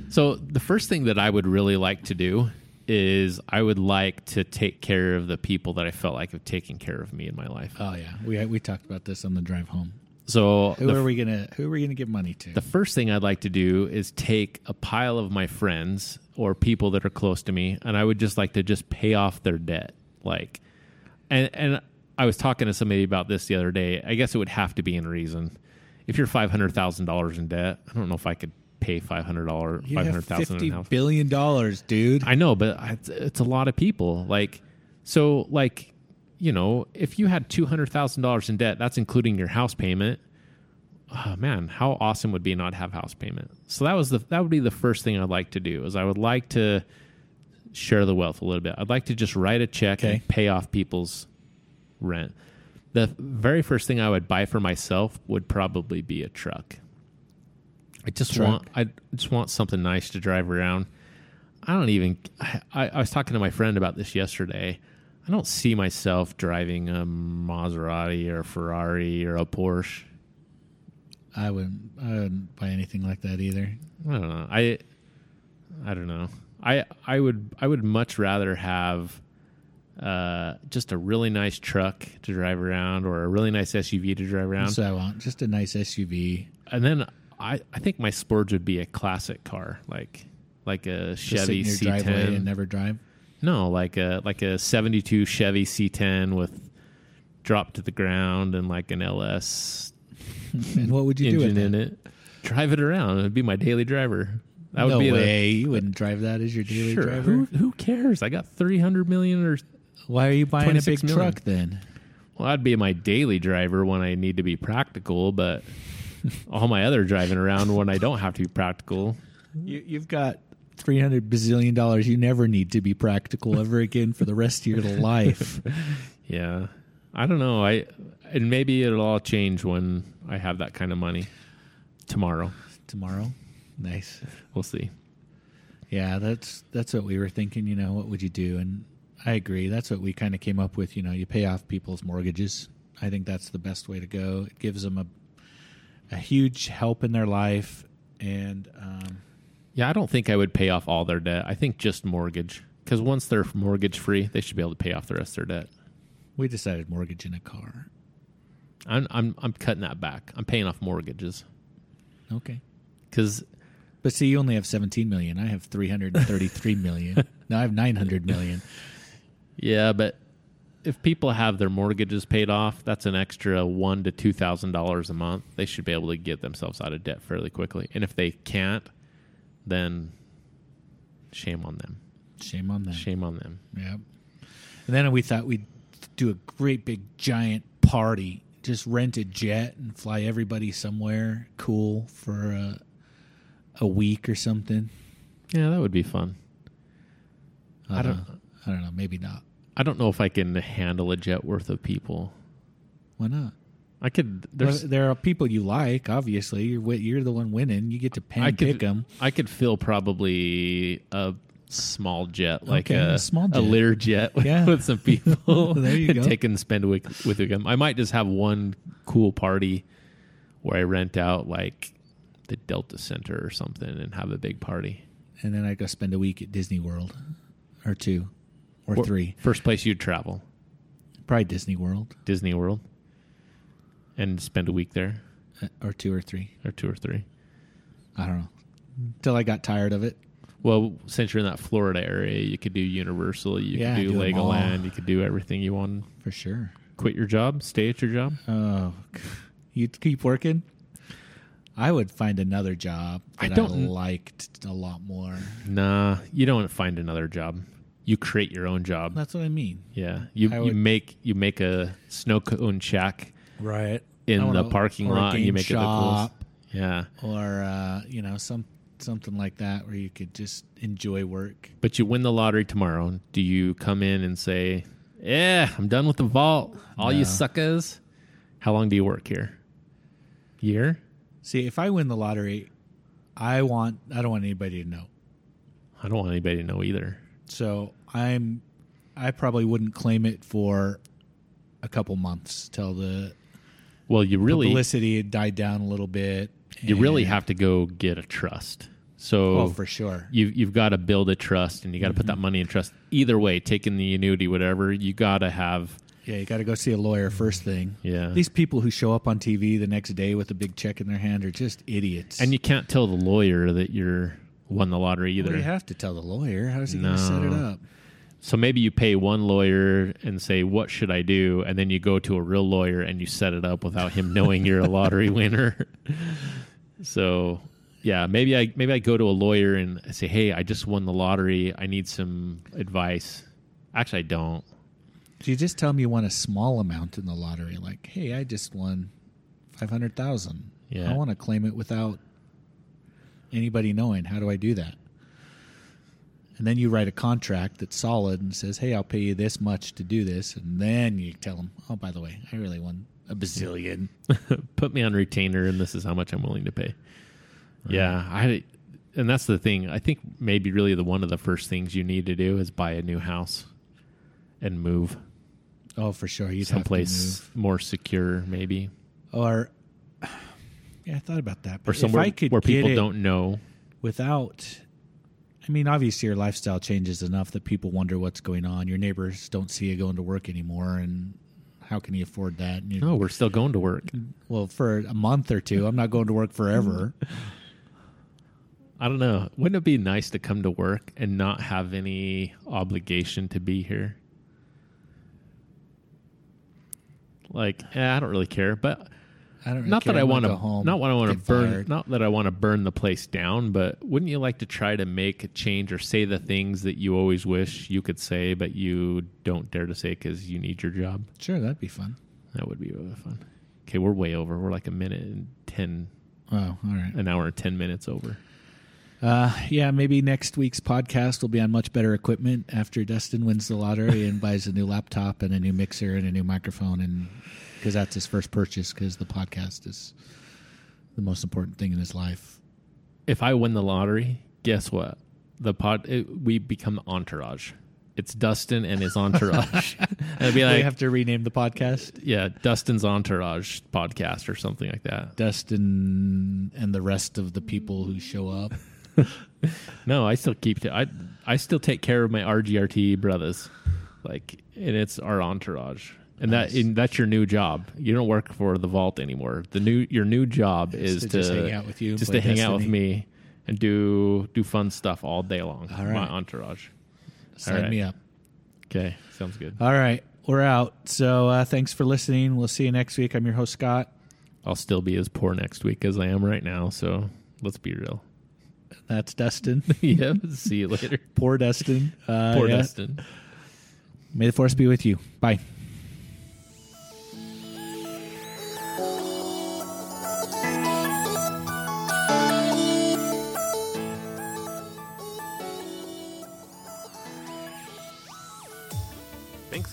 [SPEAKER 3] So, the first thing that I would really like to do is I would like to take care of the people that I felt like have taken care of me in my life.
[SPEAKER 2] Oh, yeah. We, we talked about this on the drive home.
[SPEAKER 3] So
[SPEAKER 2] Who
[SPEAKER 3] the
[SPEAKER 2] are we gonna Who are we gonna give money to?
[SPEAKER 3] the first thing I'd like to do is take a pile of my friends or people that are close to me, and I would just like to just pay off their debt. Like, and and I was talking to somebody about this the other day. I guess it would have to be in reason. If you're five hundred thousand dollars in debt, I don't know if I could pay five hundred dollars,
[SPEAKER 2] you
[SPEAKER 3] five
[SPEAKER 2] have
[SPEAKER 3] hundred thousand
[SPEAKER 2] fifty
[SPEAKER 3] in house.
[SPEAKER 2] billion dollars, dude.
[SPEAKER 3] I know, but I- it's, it's a lot of people. Like, so like, you know, if you had two hundred thousand dollars in debt, that's including your house payment. Oh man, how awesome would be not have house payment? So that was the that would be the first thing I'd like to do is I would like to share the wealth a little bit. I'd like to just write a check
[SPEAKER 2] Okay.
[SPEAKER 3] and pay off people's rent. The very first thing I would buy for myself would probably be a truck. I just
[SPEAKER 2] Truck.
[SPEAKER 3] want I just want something nice to drive around. I don't even. I, I was talking to my friend about this yesterday. I don't see myself driving a Maserati or a Ferrari or a Porsche.
[SPEAKER 2] I wouldn't, I wouldn't buy anything like that either.
[SPEAKER 3] I don't know. I I don't know. I I would I would much rather have uh, just a really nice truck to drive around or a really nice SUV to drive around.
[SPEAKER 2] That's what I want. Just a nice SUV,
[SPEAKER 3] and then I, I think my splurge would be a classic car, like like a
[SPEAKER 2] just
[SPEAKER 3] Chevy
[SPEAKER 2] sit in your driveway
[SPEAKER 3] C10.
[SPEAKER 2] and never drive.
[SPEAKER 3] No, like a like a '72 Chevy C10 with drop to the ground and like an LS
[SPEAKER 2] And what would you do
[SPEAKER 3] engine
[SPEAKER 2] with
[SPEAKER 3] in
[SPEAKER 2] it?
[SPEAKER 3] it. Drive it around. It'd be my daily driver. That would
[SPEAKER 2] no
[SPEAKER 3] be
[SPEAKER 2] way. you wouldn't drive that as your
[SPEAKER 3] the
[SPEAKER 2] daily
[SPEAKER 3] sure.
[SPEAKER 2] driver.
[SPEAKER 3] Who who cares? I got 300 million or
[SPEAKER 2] Why are you buying a
[SPEAKER 3] 26
[SPEAKER 2] big
[SPEAKER 3] million.
[SPEAKER 2] truck then?
[SPEAKER 3] well, that'd be my daily driver when I need to be practical, but all my other driving around when I don't have to be practical.
[SPEAKER 2] You, you've got three hundred bazillion dollars. You never need to be practical ever again for the rest of your life.
[SPEAKER 3] Yeah. I don't know. I and maybe it'll all change when I have that kind of money tomorrow.
[SPEAKER 2] Tomorrow, nice.
[SPEAKER 3] We'll see.
[SPEAKER 2] Yeah, that's that's what we were thinking. You know, what would you do? And I agree. That's what we kind of came up with. You know, you pay off people's mortgages. I think that's the best way to go. It gives them a a huge help in their life, and um,
[SPEAKER 3] Yeah, I don't think I would pay off all their debt. I think just mortgage. Because once they're mortgage free, they should be able to pay off the rest of their debt.
[SPEAKER 2] we decided mortgage in a car.
[SPEAKER 3] I'm I'm I'm cutting that back. I'm paying off mortgages
[SPEAKER 2] Okay,
[SPEAKER 3] because
[SPEAKER 2] but see, you only have seventeen million. I have three hundred and thirty-three million. no, I have nine hundred million.
[SPEAKER 3] yeah, but if people have their mortgages paid off, that's an extra one to two thousand dollars a month. They should be able to get themselves out of debt fairly quickly. And if they can't, then shame on them.
[SPEAKER 2] Shame on them.
[SPEAKER 3] Shame on them.
[SPEAKER 2] Yep. And then we thought we'd do a great big giant party. Just rent a jet and fly everybody somewhere cool for a, a week or something.
[SPEAKER 3] Yeah, that would be fun.
[SPEAKER 2] I,
[SPEAKER 3] I
[SPEAKER 2] don't.
[SPEAKER 3] don't-
[SPEAKER 2] Know. I don't know. Maybe not.
[SPEAKER 3] I don't know if I can handle a jet worth of people.
[SPEAKER 2] Why not?
[SPEAKER 3] I could.
[SPEAKER 2] Well,
[SPEAKER 3] There's
[SPEAKER 2] there are people you like. Obviously, you're wi- you're the one winning. You get to
[SPEAKER 3] I
[SPEAKER 2] pen
[SPEAKER 3] could,
[SPEAKER 2] pick them.
[SPEAKER 3] I could fill probably a small jet, like
[SPEAKER 2] Okay,
[SPEAKER 3] a,
[SPEAKER 2] a small
[SPEAKER 3] a
[SPEAKER 2] jet.
[SPEAKER 3] litter jet with,
[SPEAKER 2] Yeah.
[SPEAKER 3] with some people.
[SPEAKER 2] There you
[SPEAKER 3] and
[SPEAKER 2] go.
[SPEAKER 3] Take and spend a week with them. I might just have one cool party where I rent out like the Delta Center or something and have a big party.
[SPEAKER 2] And then I go spend a week at Disney World, or two, or
[SPEAKER 3] Or-
[SPEAKER 2] three.
[SPEAKER 3] First place you'd travel,
[SPEAKER 2] Probably Disney World,
[SPEAKER 3] Disney World, and spend a week there
[SPEAKER 2] uh, or two or three.
[SPEAKER 3] or two or three.
[SPEAKER 2] I don't know. Until I got tired of it.
[SPEAKER 3] Well, since you're in that Florida area, you could do Universal, you
[SPEAKER 2] Yeah,
[SPEAKER 3] could do,
[SPEAKER 2] do 'em all.
[SPEAKER 3] Legoland, you could do everything you want.
[SPEAKER 2] For sure.
[SPEAKER 3] Quit your job, stay at your job.
[SPEAKER 2] Oh, you'd keep working. I would find another job
[SPEAKER 3] I
[SPEAKER 2] that I,
[SPEAKER 3] don't-
[SPEAKER 2] liked a lot more.
[SPEAKER 3] Nah, you don't find another job. You create your own job.
[SPEAKER 2] That's what I mean.
[SPEAKER 3] Yeah, you
[SPEAKER 2] I
[SPEAKER 3] you
[SPEAKER 2] would-
[SPEAKER 3] make you make a snow cone shack
[SPEAKER 2] Right.
[SPEAKER 3] in the parking lot, and you make it the coolest. Yeah,
[SPEAKER 2] or uh, you know some something like that where you could just enjoy work.
[SPEAKER 3] but you win the lottery tomorrow. Do you come in and say, "Yeah, I'm done with the vault. All
[SPEAKER 2] No.
[SPEAKER 3] you suckers." How long do you work here? Year,
[SPEAKER 2] See, if I win the lottery, I want I don't want anybody to know.
[SPEAKER 3] I don't want anybody to know either.
[SPEAKER 2] So I'm I probably wouldn't claim it for a couple months till the
[SPEAKER 3] Well, you really
[SPEAKER 2] publicity had died down a little bit.
[SPEAKER 3] you really
[SPEAKER 2] and-
[SPEAKER 3] have to go get a trust. So
[SPEAKER 2] Oh, for sure. Mm-hmm.
[SPEAKER 3] you you've got to build a trust and you got to put that money in trust either way taking the annuity whatever you got to have
[SPEAKER 2] Yeah, you got to go see a lawyer first thing.
[SPEAKER 3] Yeah.
[SPEAKER 2] These people who show up on TV the next day with a big check in their hand are just idiots.
[SPEAKER 3] And you can't tell the lawyer that you're won the lottery either.
[SPEAKER 2] Well, you have to tell the lawyer. How's he going to set
[SPEAKER 3] No.
[SPEAKER 2] it up?
[SPEAKER 3] So maybe you pay one lawyer and say, "What should I do?" and then you go to a real lawyer and you set it up without him knowing you're a lottery winner. so, yeah, maybe I maybe I go to a lawyer and I say, "Hey, I just won the lottery. I need some advice." Actually, I don't.
[SPEAKER 2] Do you just tell them you want a small amount in the lottery? Like, hey, I just won five hundred thousand.
[SPEAKER 3] Yeah.
[SPEAKER 2] I want to claim it without anybody knowing. How do I do that? And then you write a contract that's solid and says, "Hey, I'll pay you this much to do this," and then you tell them, "Oh, by the way, I really won a bazillion."
[SPEAKER 3] Put me on retainer and this is how much I'm willing to pay. Yeah, I and that's the thing. I think maybe really the one of the first things you need to do is buy a new house and move
[SPEAKER 2] Oh, for sure, you'd have to
[SPEAKER 3] someplace more secure maybe.
[SPEAKER 2] move. Or yeah, I thought about that.
[SPEAKER 3] or
[SPEAKER 2] But
[SPEAKER 3] somewhere
[SPEAKER 2] if I could
[SPEAKER 3] where
[SPEAKER 2] get
[SPEAKER 3] people
[SPEAKER 2] it-
[SPEAKER 3] don't know.
[SPEAKER 2] without I mean, obviously your lifestyle changes enough that people wonder what's going on. Your neighbors don't see you going to work anymore and how can you afford that? And you,
[SPEAKER 3] No, we're still going to work.
[SPEAKER 2] Well, for a month or two. I'm not going to work forever.
[SPEAKER 3] I don't know. Wouldn't it be nice to come to work and not have any obligation to be here? Like, eh, I don't really care, but
[SPEAKER 2] I don't really
[SPEAKER 3] not
[SPEAKER 2] care.
[SPEAKER 3] that I want
[SPEAKER 2] wanna
[SPEAKER 3] to.
[SPEAKER 2] go home.
[SPEAKER 3] Not what I want to
[SPEAKER 2] get
[SPEAKER 3] burn.
[SPEAKER 2] fired.
[SPEAKER 3] Not that I want to burn the place down. But wouldn't you like to try to make a change or say the things that you always wish you could say, but you don't dare to say because you need your job?
[SPEAKER 2] Sure, that'd be fun.
[SPEAKER 3] That would be really fun. Okay, we're way over. We're like a minute and ten
[SPEAKER 2] Oh, all right.
[SPEAKER 3] an hour and 10 minutes over.
[SPEAKER 2] Uh, yeah, maybe next week's podcast will be on much better equipment after Dustin wins the lottery and buys a new laptop and a new mixer and a new microphone, and because that's his first purchase. Because the podcast is the most important thing in his life.
[SPEAKER 3] If I win the lottery, guess what? The pod, it, we become the entourage. It's Dustin and his entourage. and it'd be like,
[SPEAKER 2] we have to rename the podcast
[SPEAKER 3] yeah, Dustin's entourage podcast or something like that.
[SPEAKER 2] Dustin and the rest of the people who show up.
[SPEAKER 3] No, I still keep it. I, I still take care of my RGRT brothers. Like, and it's our entourage. And that and that's your new job. You don't work for the vault anymore. The new your new job is
[SPEAKER 2] to
[SPEAKER 3] to,
[SPEAKER 2] just hang out with you and
[SPEAKER 3] just
[SPEAKER 2] play
[SPEAKER 3] to hang out with
[SPEAKER 2] Destiny.
[SPEAKER 3] me, and do do fun stuff all day long.
[SPEAKER 2] All right.
[SPEAKER 3] My entourage.
[SPEAKER 2] Sign
[SPEAKER 3] right.
[SPEAKER 2] me up.
[SPEAKER 3] Okay, sounds good.
[SPEAKER 2] All right, we're out. So uh, thanks for listening. We'll see you next week. I'm your host Scott.
[SPEAKER 3] I'll still be as poor next week as I am right now. So let's be real.
[SPEAKER 2] That's Dustin.
[SPEAKER 3] yeah. See you later.
[SPEAKER 2] Poor Dustin. Uh,
[SPEAKER 3] Poor
[SPEAKER 2] yeah.
[SPEAKER 3] Dustin.
[SPEAKER 2] May the force be with you. Bye.
[SPEAKER 1] Thanks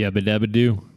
[SPEAKER 3] Yabba dabba doo.